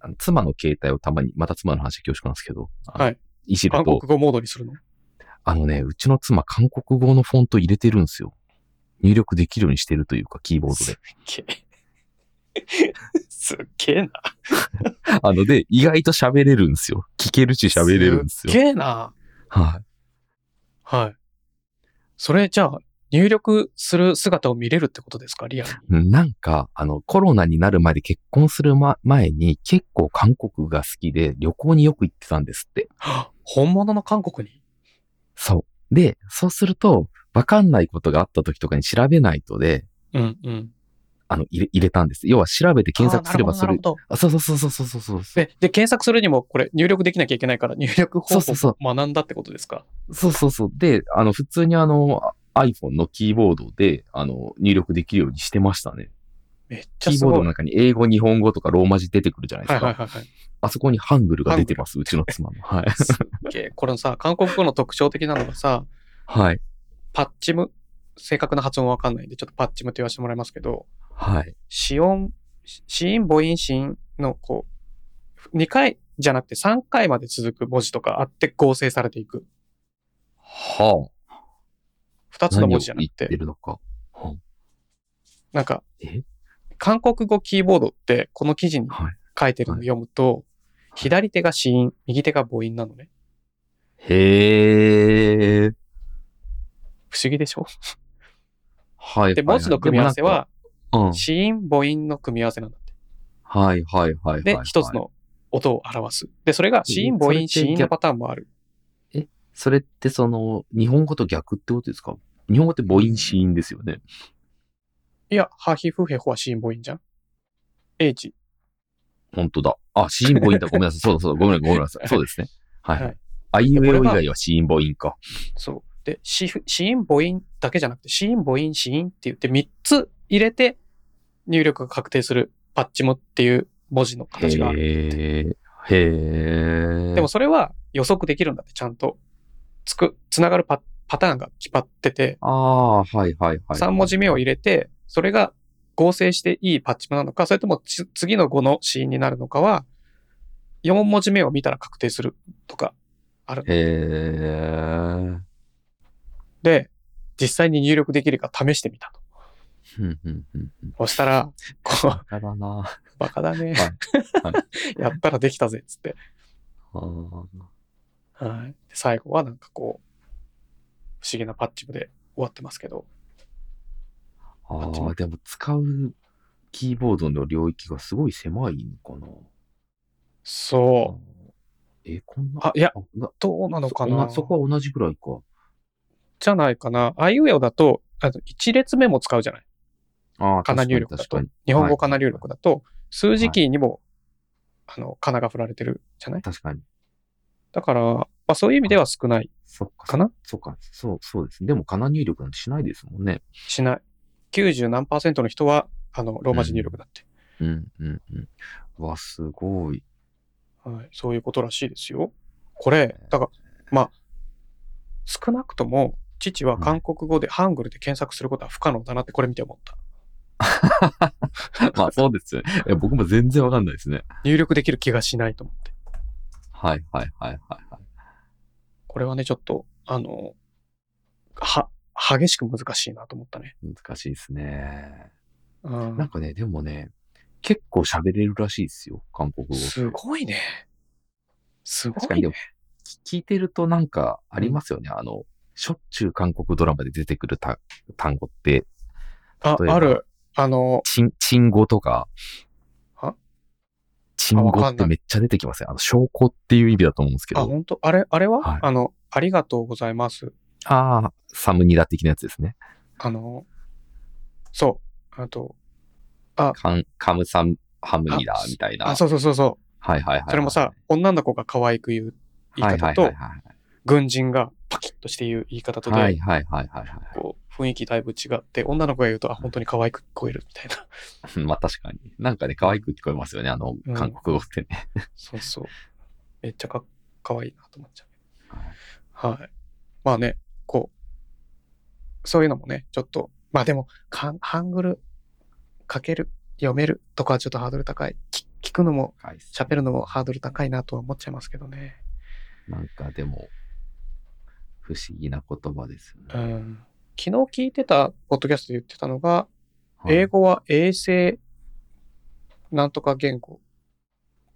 あの妻の携帯をたまに、また妻の話で恐縮なんですけど、あの
はい。
いじる
韓国
と、
語モードにするの。
あのね、うちの妻、韓国語のフォント入れてるんですよ。入力できるようにしてるというか、キーボード
す [laughs]
で
っ。げえ。 [laughs] すっげえな。
あの、で、意外と喋れるんですよ。聞けるし喋れるんです
す
よ。
っげえな。
はい。
はい。それじゃあ、入力する姿を見れるってことですかリアルに。
なんか、あの、コロナになる前で結婚する、ま、前に結構韓国が好きで旅行によく行ってたんですって。
はっ本物の韓国に。
そう。で、そうすると、わかんないことがあった時とかに調べないとで、
うんうん。
あの、入れ、入れたんです。要は調べて検索すれば
あーな
そ
る
れ
ほ、どなるほど
あ、そうそうそうそうそうそうそう。
で。で、検索するにもこれ入力できなきゃいけないから入力方
そうそうそ
法を学んだってことですか
そうそうそう。で、あの、普通にあの、iPhone のキーボードで、あの、入力できるようにしてましたね。
めっち
キ
ゃ
ー
す
ボード
ご
の
い。
中に英語、日本語とかローマ字出てくるじゃないで
はい
すか。
はいはいはい。
あそこにハングルが出てます、うちの妻の。はい。
すっげえ。これさ、韓国語の特徴的なのがさ、
はい。
パッチム、正確な発音わかんないんで、ちょっとパッチムって言わせてもらいますけど、
はい。
子音、子音、母音、子音の、こう、2回じゃなくて3回まで続く文字とかあって合成されていく。
は
2
あ。
つの
何を
文字じゃな
言
く
って
て、
るのか。
なんか
え、
韓国語キーボードって、この記事に
はい。
書いてるのを読むと、
い
左手が子音、右手が母音なのね。
へえ。
不思議でしょ
はいはいはい。
で、文字の組み合わせは、
でもなんか、
子音、母音の組み合わせなんだって。
うん。はいはいはいはい。
で、一つ。の音を表す。で、それが子音、母
え
音、
そ
子
れっ
音
て
のパターンもある。
それってその、日本語と逆ってことですか日本語って母音、子音ですよね。
いや、ハヒフヘホは子音、母音じゃん。H。
本当だ。あ、子音母音だ。ごめん
[laughs]
なさい。そうだそうだ。ごめんなさい。ごめんなさい。そうですね。はいはい。あいうえお以外は子音母音か。
そう。で、子子音、母音だけじゃなくて、子音、母音、子音って言って3つ入れて入力が確定するパッチムっていう文字の
へ
形がある。
え。へえ。
でも、それは予測できるんだって、ちゃんと。つく、つながるパパターンが決まってて、
ああ、はいはいはい。
3文字目を入れて、それが合成していいパッチムなのか、それともつ次の5のシーンになるのかは、4文字目を見たら確定するとかある。
へえ。
で、実際に入力できるか試してみたと。
うんうんうんうん。
そしたら、こう、
バカだな。
バカだね。
は
[laughs] やったらできたぜ、つって。
あー
はい。で最後はなんかこう、不思議なパッチムで終わってますけど。
あ
あっちも
ー、でも使うキーボードの領域がすごい狭いのかな。あ
そ
ーえ、こんな。
あいや、
な
う。どうなのか
そ
な
同じそこは同じぐらいか。
じゃないかな。あいうえおだと、あの1列目も使うじゃない。
ああ、
かな入力だ
確
と
かに。、
日本語かな入力だと、数字キーにも、あの、かなが振られてるじゃない
確かに。
だから、まあそういう意味では少ない
そっか。
かな
そうか。そう、そうですね。でも、かな入力なんてしないですもんね。
しない。90何パーセントの人は、あの、ローマ字入力だって。
うん、うん、うん。うわ、すごい。 [laughs]
はい。そういうことらしいですよ。これ、だから、まあ、少なくとも、父は韓国語で、ハングルで検索することは不可能だなって、これ見て思った。
まあ、そうですよね。いや僕も全然わかんないですね。
入力できる気がしないと思って。
はい、はい、はい、はいはい。
これはね、ちょっと、あの、は、激しく難しいなと思ったね。
難しいですね。
うん
なんかね、でもね、結構喋れるらしいですよ、韓国語。
すごいね。す
確
ご
かに
い
で
ね
も。、聞いてるとなんかありますよね。あの、しょっちゅう韓国ドラマで出てくるた単語って、
あ、
例えば
ある。あの、
チン、チン語とか
は、
チン
あ
語
わか
っ
んな
て
い
めっちゃ出てきますね。あの、証拠っていう意味だと思うんですけ
あ、
ど、
本当あれ、あれは、
はい
あの、ありがとうございます。
ああ、サムニダ的なやつですね。
あの、そう。あと、
カンカムサムハムニダみたいな。
あ、そうそうそうそう。
はいはいはい。
それもさ、女の子が可愛く言う言い
はいは
方
いはいは
と
い、
軍人がパキッとして言う言い方と
は
で
い、はいはいはいは
こう、雰囲気だいぶ違って、女の子が言うと、あ、本当に可愛く聞こえるみたいな。
い。まあ確かに。なんかね、可愛く聞こえますよね、あの
うん、
韓国語ってね。
そうそう。めっちゃか可愛いなと思っちゃう
はい。
はい。まあね、こう、そういうのもね、ちょっと、まあでも、かんハングル書ける、読めるとかはちょっとハードル高い。き聞くのも、
はい
[laughs] 喋るのもハードル高いなとは思っちゃいますけどね。
なんかでも、不思議な言葉です
う
よね。
ん。昨日聞いてた、ポッドキャストで言ってたのが、
はい
英語は衛星なんとか言語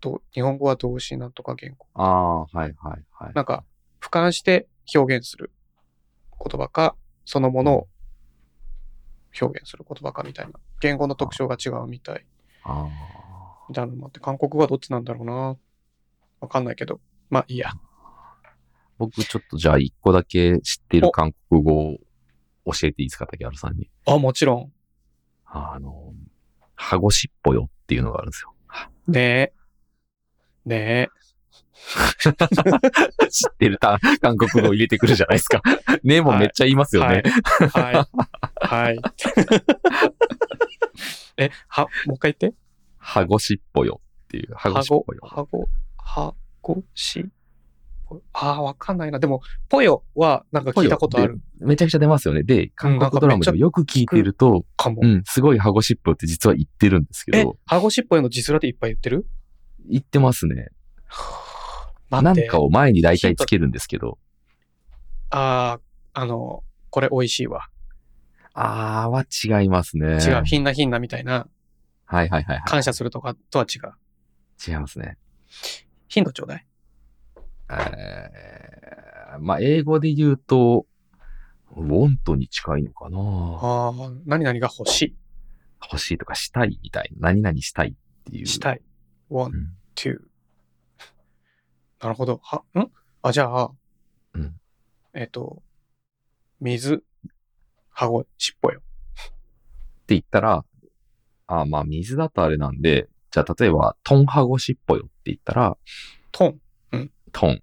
と日本語は動詞なんとか言語
ああ、はいはいはい。
なんか俯瞰して表現する言葉かそのものを表現する言葉かみたいな言語の特徴が違うみたい
あ
みたいなのもあって韓国語はどっちなんだろうなわかんないけどまあいいや
ー僕ちょっとじゃあ一個だけ知ってる韓国語を教えていいですか、竹原さんに。
あもちろん
あの、ハゴシっぽよっていうのがあるんですよ。 [laughs]
ねえねえ
知ってるた韓国語を入れてくるじゃないですか。 [laughs] ねもめっちゃ言いますよね。
はいはい、はい、えはもう一回言って
ハゴシっぽよっていう。ハゴ
は
シっ
ご
ぽ、よ。
はご、はごし、ぽああ、わかんないな。でも、ぽよはなんか聞いたことある
めちゃくちゃ出ますよね。で、韓国ドラマでもよく聞いてると、
かも
う。ん、すごいハゴシップって実は言ってるんですけ
え
ど、、
はごしっぽよの字面でいっぱい言ってる
言ってますね。
待
な
っ
ん
て。
かを前に大体つけるんですけど、
ああ、あの、これ美味しいわ。
あーは違いますね。
違う。ひんなひんなみたいな、
はいはいはい、は
感謝するとかとは違う。
い。違いますね。
ヒントちょうだい。
えー、まあ、英語で言うと、ウォントに近いのかな
ああ、何々が欲し
欲しいとかしたいみたいな。何々したいっていう。
い。した
い。
い。ワ
う
ン、
ん、
ツー。 [laughs] なるほど。は、んあ、じゃあ、
うん
えっ、と、水、はごしっぽよ。
って言ったら、あーまあ、水だとあれなんで、じゃあ、例えば、トンハゴシっぽよって言ったら、
トン、
トン、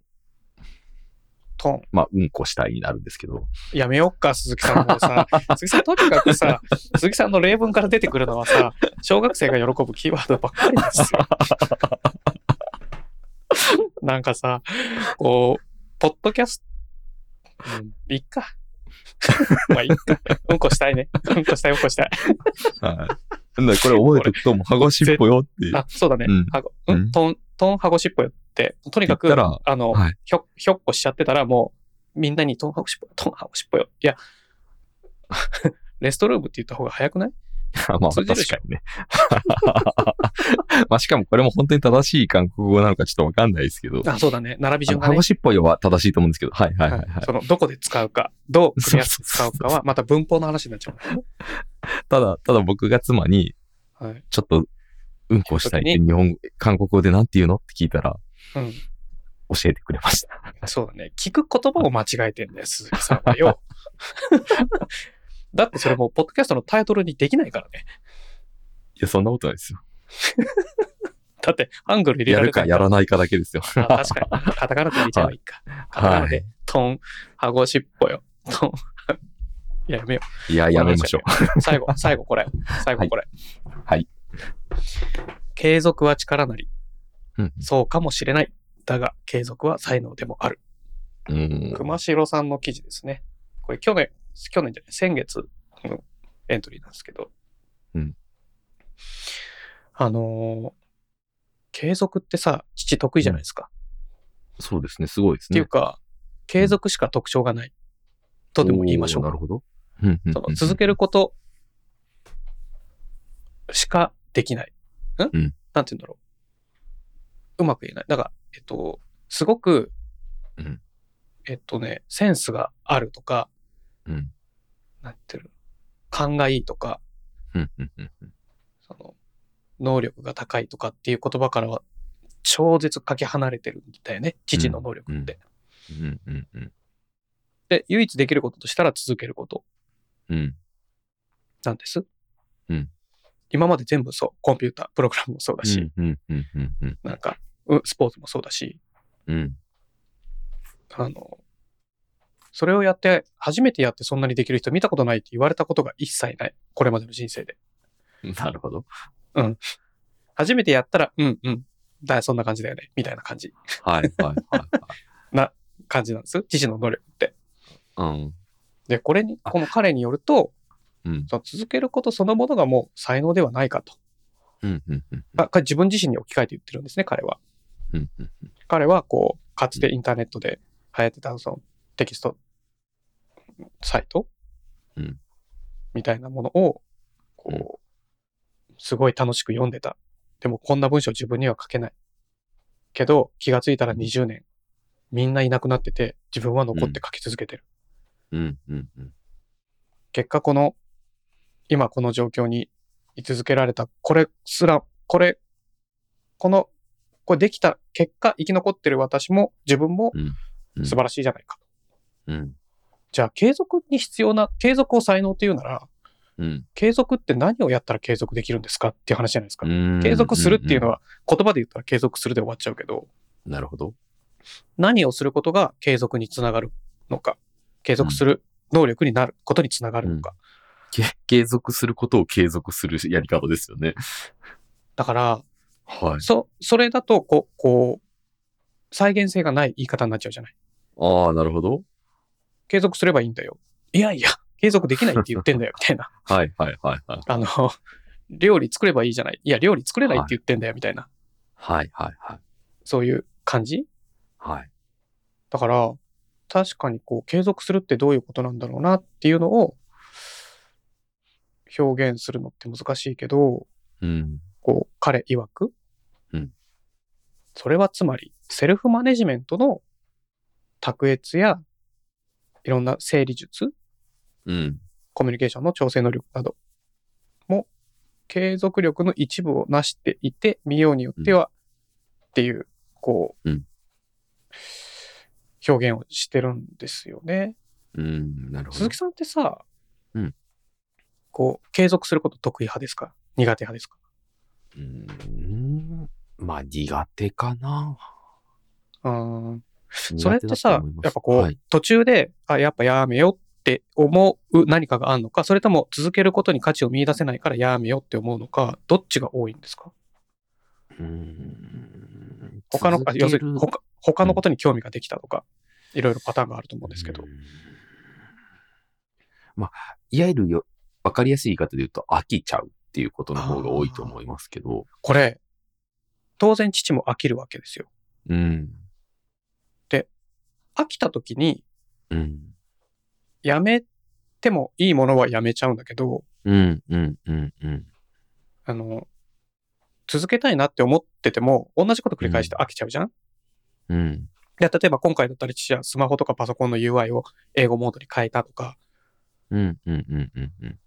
トン。
まあ、うんこしたいになるんですけど、
やめよっか、鈴木さんもう [laughs] さ。鈴木さん、とにかくさ、鈴木さんの例文から出てくるのはさ、小学生が喜ぶキーワードばっかりなん [laughs] ですよ。なんかさ、こう、ポッドキャスト、うん、いっか。 [laughs] まあ、いっか。うんこしたいね。うんこしたい、うんこしたい。
はい。なんで [laughs] これ覚えておくと、もう、ハゴシっぽよって
あ、そうだね。
うん
はごうん
うん
トン、トンハゴシっぽよって、とにかく、
言ったら
あの、
はい
ひょ、ひょっこしちゃってたら、もう、みんなにトンハゴシっぽよ、トンハゴシっぽよ。いや、 [laughs] レストルームって言った方が早くない
あ [laughs] まあ、
通
確
じ
か
るでしょ
にね。 [laughs] まあ、しかもこれも本当に正しい韓国語なのかちょっとわかんないですけど、
あ、そうだね。並び
あ
順
の
が
ハ
ね
ゴ。シっぽいは正しいと思うんですけど、はいはいはい、
は
はいい。
その、どこで使うか、どう組み合わせて使
そううそ
か
うそうそう
は、また文法の話になっちゃうね。
ただ、ただ僕が妻に、
はい。
ちょっと、うんこしたいって日本語、韓国語でなんて言うのって聞いたら、
うん。
教えてくれました。
そうだね。聞く言葉を間違えてんだよ、鈴木さんは
[laughs]
よ。だってそれもう、ポッドキャストのタイトルにできないからね。
いや、そんなことないですよ。
だって、アングル入れ
[laughs] や
られ
る
た
かやらないかだけですよ。 [laughs]
あ確かに。カタカナで入れちゃえばいいか。カタカナ
は
で、トン、ハゴシっぽよ。トン。いや、やめよ
[laughs] い。いや、やめましょう。
う。最
[laughs]
後、最後これ。最後これ。
はい。
継続は力なり。
うん
そうかもしれない。だが、継続は才能でもある。
[laughs] うん。
熊代さんの記事ですね。これ去年、去年じゃない、先月のエントリーなんですけど。
うん
あのー継続ってさ、父得意じゃないですか。
そうですね、すごいで
っ
す
てい
ね
う。か、継続しか特徴がない。とでも言いましょう
おーな
か
る。ほど。うんうん
その
うん
続けることしかできない。ん、
うん
なんて言うんだろう。うまく言えない。だから、えっと、すごく、
うん
えっとね、センスがあるとか、
うん。
なんていうの勘がいいとか、
うん。うん。うん。うん
その、能力が高いとかっていう言葉からは、超絶かけ離れてるんだよね。父の能力って。
うん。うん。うん。
で、唯一できることとしたら続けること
うん。
なんです。
うん
今まで全部そう。コンピューター、プログラムもそうだし、
うん。うん。うん。うん。
なんか、うスポーツもそうだし、
うん。
あの、それをやって、初めてやってそんなにできる人見たことないって言われたことが一切ない。これまでの人生で。
なるほど。
初めてやったら、うんうん。だ、そんな感じだよね。みたいな感じ。
はい。はい。はい
感じなんです。父の能力って。
はい。うん。
で、これに、この彼によると、
うん。
その続けることそのものがもう才能ではないかと。
うん。うん。うん。
あか自分自身に置き換えて言ってるんですね、彼は。
うん。うん。
彼は、こう、かつてインターネットで流行ってた、そのテキスト、サイト、
うん
みたいなものを、こう、すごい楽しく読んでた。でも、こんな文章自分には書けない。けど、気がついたら20年、みんないなくなってて、自分は残って書き続けてる。
うん。うん。うん。
結果この、今この状況に居続けられた、これすら、これ、この、これできた結果、生き残ってる私も、自分も
うんうん
素晴らしいじゃないか。
うん。
じゃあ、継続に必要な、継続を才能っていうなら、
うん。
継続って何をやったら継続できるんですかっていう話じゃないですか。
うん
継続するっていうの。は、言葉で言ったら継続するで終わっちゃうけど、
うんなるほど。
何をすることが継続につながるのか、継続する能力になることにつながるのか。
け [laughs] 継続することを継続するやり方ですよね。
だから、
はい。
そ、それだと、こう、こう、再現性がない言い方になっちゃうじゃない。
ああ、なるほど。
継続すればいいんだよ。いやいや、継続できないって言ってんだよ、みたいな。
はいはいはいはい。
あの、料理作ればいいじゃない。いや、料理作れないって言ってんだよ、みたいな。
はいはいはい。
そういう感じ
はい。
だから、確かにこう、継続するってどういうことなんだろうなっていうのを、表現するのって難しいけど、
うん。
こう、彼曰く、
うん
それはつまり、セルフマネジメントの卓越や、いろんな整理術、
うん。
コミュニケーションの調整能力なども、継続力の一部を成していて、見ようによっては、っていう、こう、
うん
表現をしてるんですよね。
うん。なるほど
鈴木。さんってさ、
うん
こう、継続すること得意派ですか苦手派ですか
うん。まあ、苦手かな。
うーんそれっ
苦手
て
だと
さ
思いま、す
やっぱこう、
はい
途中で、あ、やっぱやめようって思う何かがあるのか、それとも続けることに価値を見出せないからやめようって思うのか、どっちが多いんですか
うん。
他の、あ
続け
要するに
る
他、他のことに興味ができたとか、いろいろパターンがあると思うんですけど
う。ん。まあ、いわゆるよ、わかりやすい言い方で言うと飽きちゃうっていうことの方が多いと思いますけど。
これ、当然父も飽きるわけですよ。
うん。
飽きた時に、
うん。
やめてもいいものはやめちゃうんだけど、
うん、うん、うん、うん。
あの、続けたいなって思ってても、同じこと繰り返して飽きちゃうじゃん
うん。
で、例えば今回だったら父はスマホとかパソコンの UI を英語モードに変えたとか、
うん、うん、うん、うん、うん。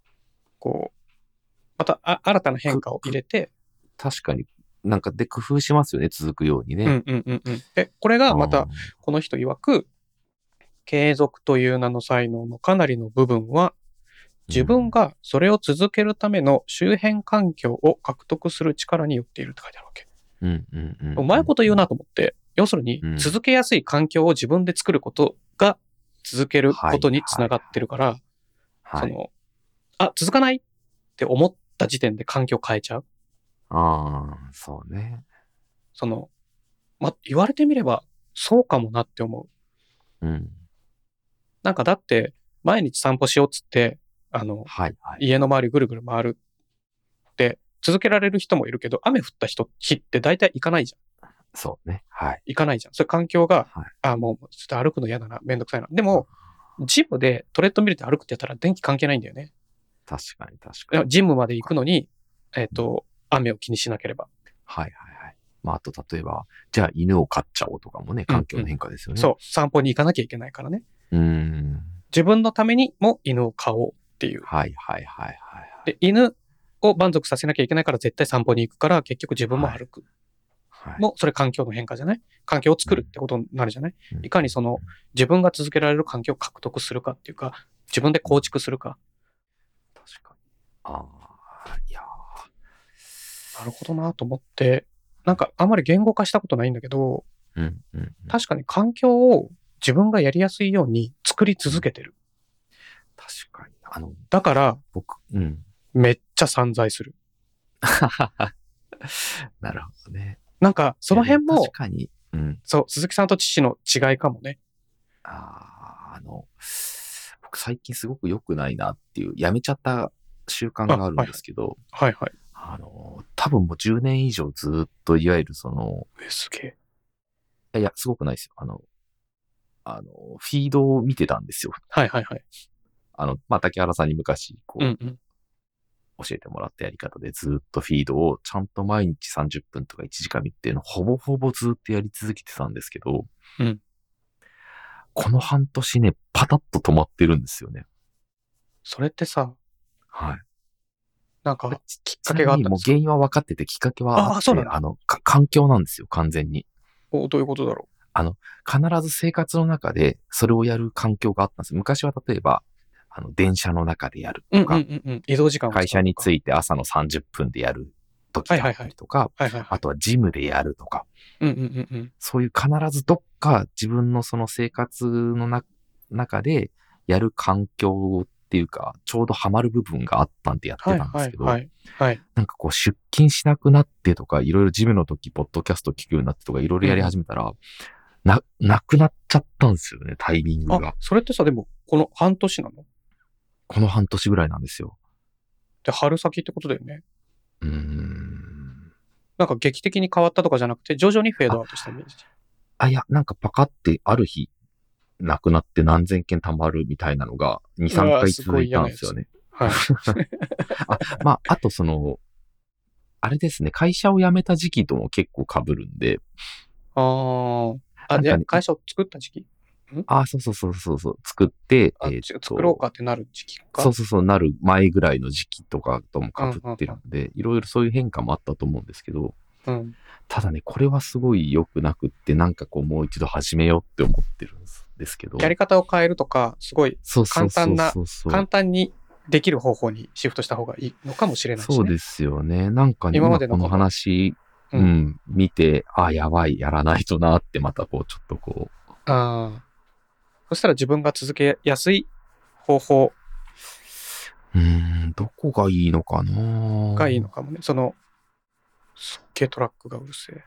こう、またあ新たな変化を入れて、
確かに、なんかで工夫しますよね、続くようにね。
うんうんうんうん。で、これがま
あ
た
ー、
この人曰く、継続という名の才能のかなりの部分は、自分がそれを続けるための周辺環境を獲得する力によっているって書いてあるわけ。
うん、うん、うん。
うまいこと言うなと思って、要するに
うん
続けやすい環境を自分で作ることが続けることにつながってるから、
は
そ
い。
の、あ、続かないって思った時点で環境変えちゃう。
ああ、そうね。
その、ま、言われてみれば、そうかもなって思う。
うん。
なんかだって、毎日散歩しようっつって、あの、
はい、はい。
家の周りぐるぐる回るって、続けられる人もいるけど、雨降った人、日って大体行かないじゃん。
そうね。はい。
行かないじゃん。それ環境が、
はい
あ、もう、ちょっと歩くの嫌だな、めんどくさいな。でも、ジムでトレッドミルで歩くってやったら電気関係ないんだよね。
確かに、確
い
か
や
に。
ジムまで行くのに、えっ、と、雨を気にしなければ。
はいはいはい。まあ、あと例えば、じゃあ犬を飼っちゃおうとかもね、環境の変化ですよね。
そう、散歩に行かなきゃいけないからね。
う。うん。
自分のためにも犬を飼おうっていう。
はいはいはいはいはい。
で、犬を満足させなきゃいけないから絶対散歩に行くから、結局自分も歩く。
はい、
もうそれ環境の変化じゃない環境を作るってことになるじゃない
うん
いかにその自分が続けられる環境を獲得するかっていうか、自分で構築するか。
確かに。ああ、いや
なるほどなと思って、なんかあんまり言語化したことないんだけど、
ーうんうんうん。
確かに環境を自分がやりやすいように作り続けてる。
確かに。あの、
だから、
僕、うん。
めっちゃ散財する。
なるほどね。
なんか、その辺
いや
も
確、かに。うん。
そう、鈴木さんと父の違いかもね。
ああ、あの、僕最近すごく良くないなっていう、やめちゃった習慣があるんですけど、
はいはい。
あ,、の、多分もう10年以上ずっと、いわゆるその、
え、すげえ。
いやいや、すごくないですよ。あの、あの、フィードを見てたんですよ。
はいはいはい。
あの、まあ、竹原さんに昔、こ
う
う、
んうん。
教えてもらったやり方で、ずーっとフィードをちゃんと毎日30分とか1時間見ていうの、ほぼほぼずーっとやり続けてたんですけど、
うん
この半年ね、パタッと止まってるんですよね。
それってさ、
はい。
なん
これ
か、
きっ
かけがあったん
も
で
う
すか
原因は分かってて、きっかけはあ
あ
っ
そう
て、
なん
あ
だ
の、か環境なんですよ、完全に。
おどういうことだろ
必ず生活の中でそれをやる環境があったんです。昔は例えば、あの、電車の中でやる
う。うん
と
うん
か、
うんうん。移動時間を使う
会社に
い
着いて朝の30分でやる時だったりとか、
はいはいはい
あ。とはジムでやるとか、
うんうんうんうん。
そういう必ずどっか自分のその生活のな中でやる環境っていうか、ちょうどハマる部分があったんでやって
はい
たんで
は
す
い
けど、
はい。はい。
なんかこう出勤しなくなってとか、いろいろジムの時、ポッドキャスト聞くようになってとか、いろいろやり始めたら、な、なくなっちゃったんですよね、タイミング
あ
が。、
それってさ、でも、この半年なの
この半年ぐらいなんですよ。
で、春先ってことだよね。
うーん。
なんか劇的に変わったとかじゃなくて、徐々にフェードアウトしたイメージ。
あ、いや、なんかパカってある日、なくなって何千件溜まるみたいなのが、2、
う
3
わ
回
すご
続
い
い
嫌
た
なんや
で
つ
すよね。
はい。
[laughs] あ、まあ、あとその、あれですね、会社を辞めた時期とも結構被るんで、
ああ。
な
あ、
んか
で、
ね
会社を作った時期
あ、そうそうそうそうそう、作って、
あ、
ー
ち作ろうかってなる時期か。
そうそうそう、なる前ぐらいの時期とかとも被ってるんで、いろいろそういう変化もあったと思うんですけど、
うん。
ただね、これはすごい良くなくって、なんかこう、もう一度始めようって思ってるんですですけど、
やり方を変えるとか、すごい
そうそうそう
簡単な
そうそう
簡単にできる方法にシフトした方がいいのかもしれないし、ね。
そうですよね。なんかね、
今
今
までの
この
こと
話、う、
うんん
見て、あ、やばい、やらないとなって、またこう、ちょっとこう、
ああ。そしたら自分が続けやすい方法
うーん、どこがいいのかな
がいいのかもね。その、すっげえトラックがうるせえ。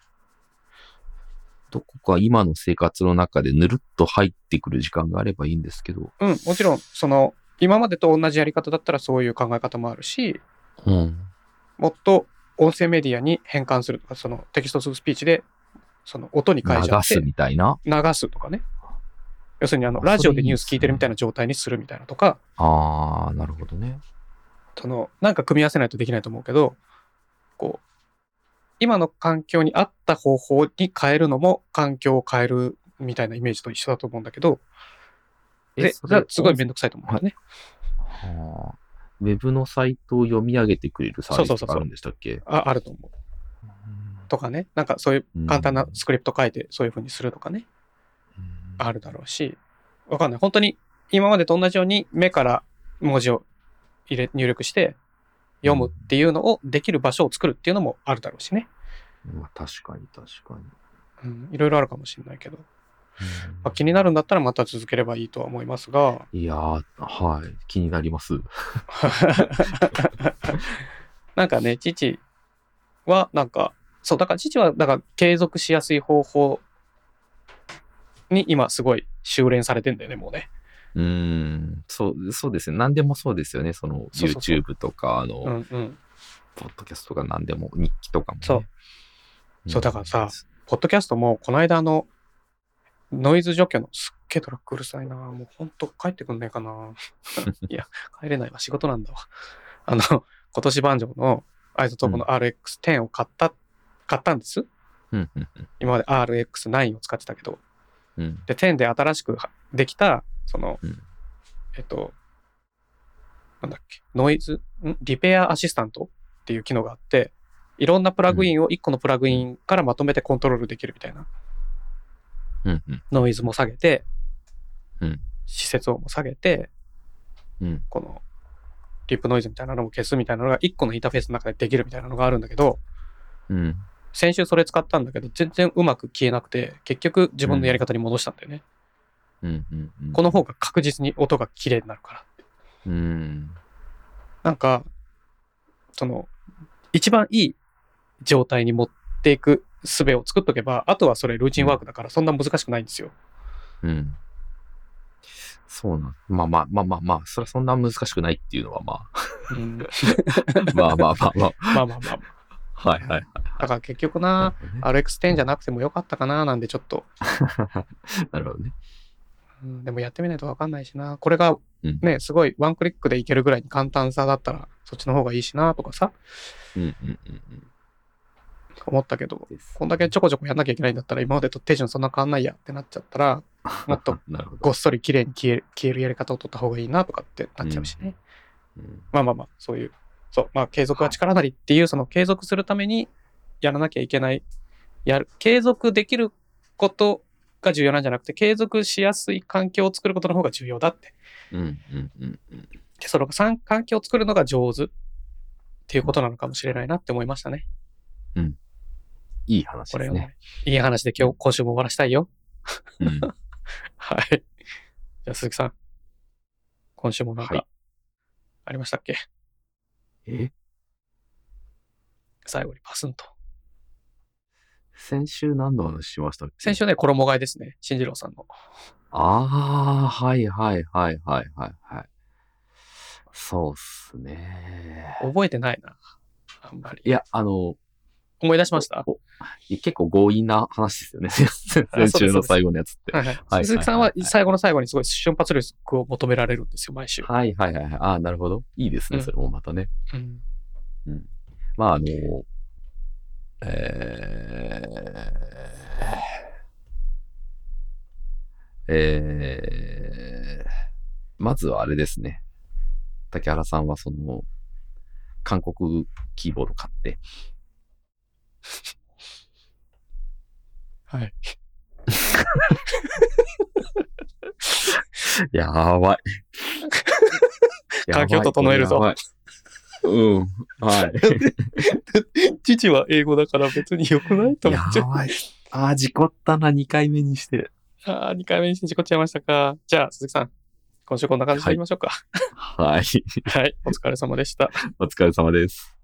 どこか今の生活の中でぬるっと入ってくる時間があればいいんですけど、
うん、もちろん、その、今までと同じやり方だったらそういう考え方もあるし、
うん。
もっと音声メディアに変換するとか、そのテキストスピーチで、その音に
流
変えちゃって、
す
流
みたいな。
すとかね。要するに、あの、
あそれ
ラジオでニュース聞いてるみたいな状態にするみたいなとか、
あー、なるほどね。
その、なんか組み合わせないとできないと思うけど、こう、今の環境に合った方法に変えるのも、環境を変えるみたいなイメージと一緒だと思うんだけど、で、だ
そ
か
れ
らすごいめんどくさいと思うんだよね。
あーウェブのサイトを読み上げてくれるサービスとかあるんでしたっけ
ああると思う。とかね、なんかそういう簡単なスクリプト書いて、そういうふうにするとかね。
あ
あるだろうし、わかんない。本当に今までと同じように目から文字を入れ入力して読むっていうのをできる場所を作るっていうのもあるだろうしね。
まあ、確かに確かに。
うん、いろいろあるかもしれないけど、まあ、気になるんだったらまた続ければいいとは思いますが、
いやー、はい。気になります。
なんかね、父はなんか、そう、だから父はだから継続しやすい方法に今すごい修練されてんだよね、もうね。
うーん。そう、そうですね。何でもそうですよね。その、
そうそうそう
YouTube とか、あの、
うんうん。
ポッドキャストとか何でも、日記とかも、ね。
そうんそうだからさポッドキャストも、この間あの、ノイズ除去のすっげえトラックうるさいな。もうほんと帰ってくんねえ [laughs] かな。いや、帰れないわ。仕事なんだわ。あの、今年バンジョーのアイソトープの RX10 を買った、買ったんです。
うんうん
今まで RX9 を使ってたけど。
うん
で、10で新しくはできた、その、
うん
えっと、なんだっけ、ノイズ、んリペアアシスタントっていう機能があって、いろんなプラグインを1個のプラグインからまとめてコントロールできるみたいな。
うんうん
ノイズも下げて、
うん
施設音も下げて、
うん
この、リップノイズみたいなのも消すみたいなのが1個のインターフェースの中でできるみたいなのがあるんだけど、
うん
先週それ使ったんだけど、全然うまく消えなくて、結局自分のやり方に戻したんだよね。
うんうんうん
この方が確実に音が綺麗になるから。
うん
なんか、その、一番いい状態に持っていく術を作っとけば、あとはそれルーチンワークだから、そんな難しくないんですよ。
うんそうなんまあまあまあまあまあそれはそんな難しくないっていうのはまあ [laughs]
うん、
まあまあ
ま
まあま
あまあまあ。
あはいはい
だから結局な、RX10 じゃなくてもよかったかな、なんでちょっと、
[laughs] なるほどね
うんでもやってみないとわかんないしな、これが
うん
ね、すごいワンクリックでいけるぐらいに簡単さだったら、そっちの方がいいしな、とかさ、
うんうんうんうん
思ったけど、
です
こんだけちょこちょこやんなきゃいけないんだったら、今までと手順そんな変わんないやってなっちゃったら、もっと
[laughs] なるほど
ごっそり綺麗に消える、消えるやり方を取った方がいいな、とかってなっちゃうしね。
うん
まあまあまあ、そういう、そう、まあ継続は力なりっていう、その継続するためにやらなきゃいけない、やる、継続できることが重要なんじゃなくて、継続しやすい環境を作ることの方が重要だって。
うんうんうんうん
で、その環環境を作るのが上手っていうことなのかもしれないなって思いましたね。
いい話
こ
で
れ
す
を、
ね
ね、いい話で今日、今週も終わらしたいよ。
うん
はい。じゃあ鈴木さん、今週もなん
は
か、ありましたっけ、
え
最後にパスンと。
先週何の話しましたっけ
先週ね、衣替えですね。新次郎さんの。
ああ、はいはいはいはいはいはい。そうっすね。
覚えてないな。あんまり。
いや、あの、
思い出しました。
お結構強引な話で
[laughs]
すよね。
で
先
す
週の最後のやつって。
はいはい
はい
鈴木さんは
はい
最後の最後にすごい瞬発力を求められるんですよ、毎週。
はいはいはいはい。ああ、なるほど。いいです
う
ね。
ん
それもまたね。
うん
まあ、あの、えー、えー、まずはあれですね。竹原さんはその、韓国キーボード買って、
はい。
[laughs] やばい。
環境整えるぞ
やばい。うん。はい。
[laughs] 父は英語だから別に良くないと思っちゃう。
ばい。 [laughs] ああ、事故ったな、2回目にして。
ああ、2回目にして事故っちゃいましたか。じゃあ、鈴木さん、今週こんな感じでいきましょうか。
はい。
はい、お疲れ様でした。
お疲れ様です。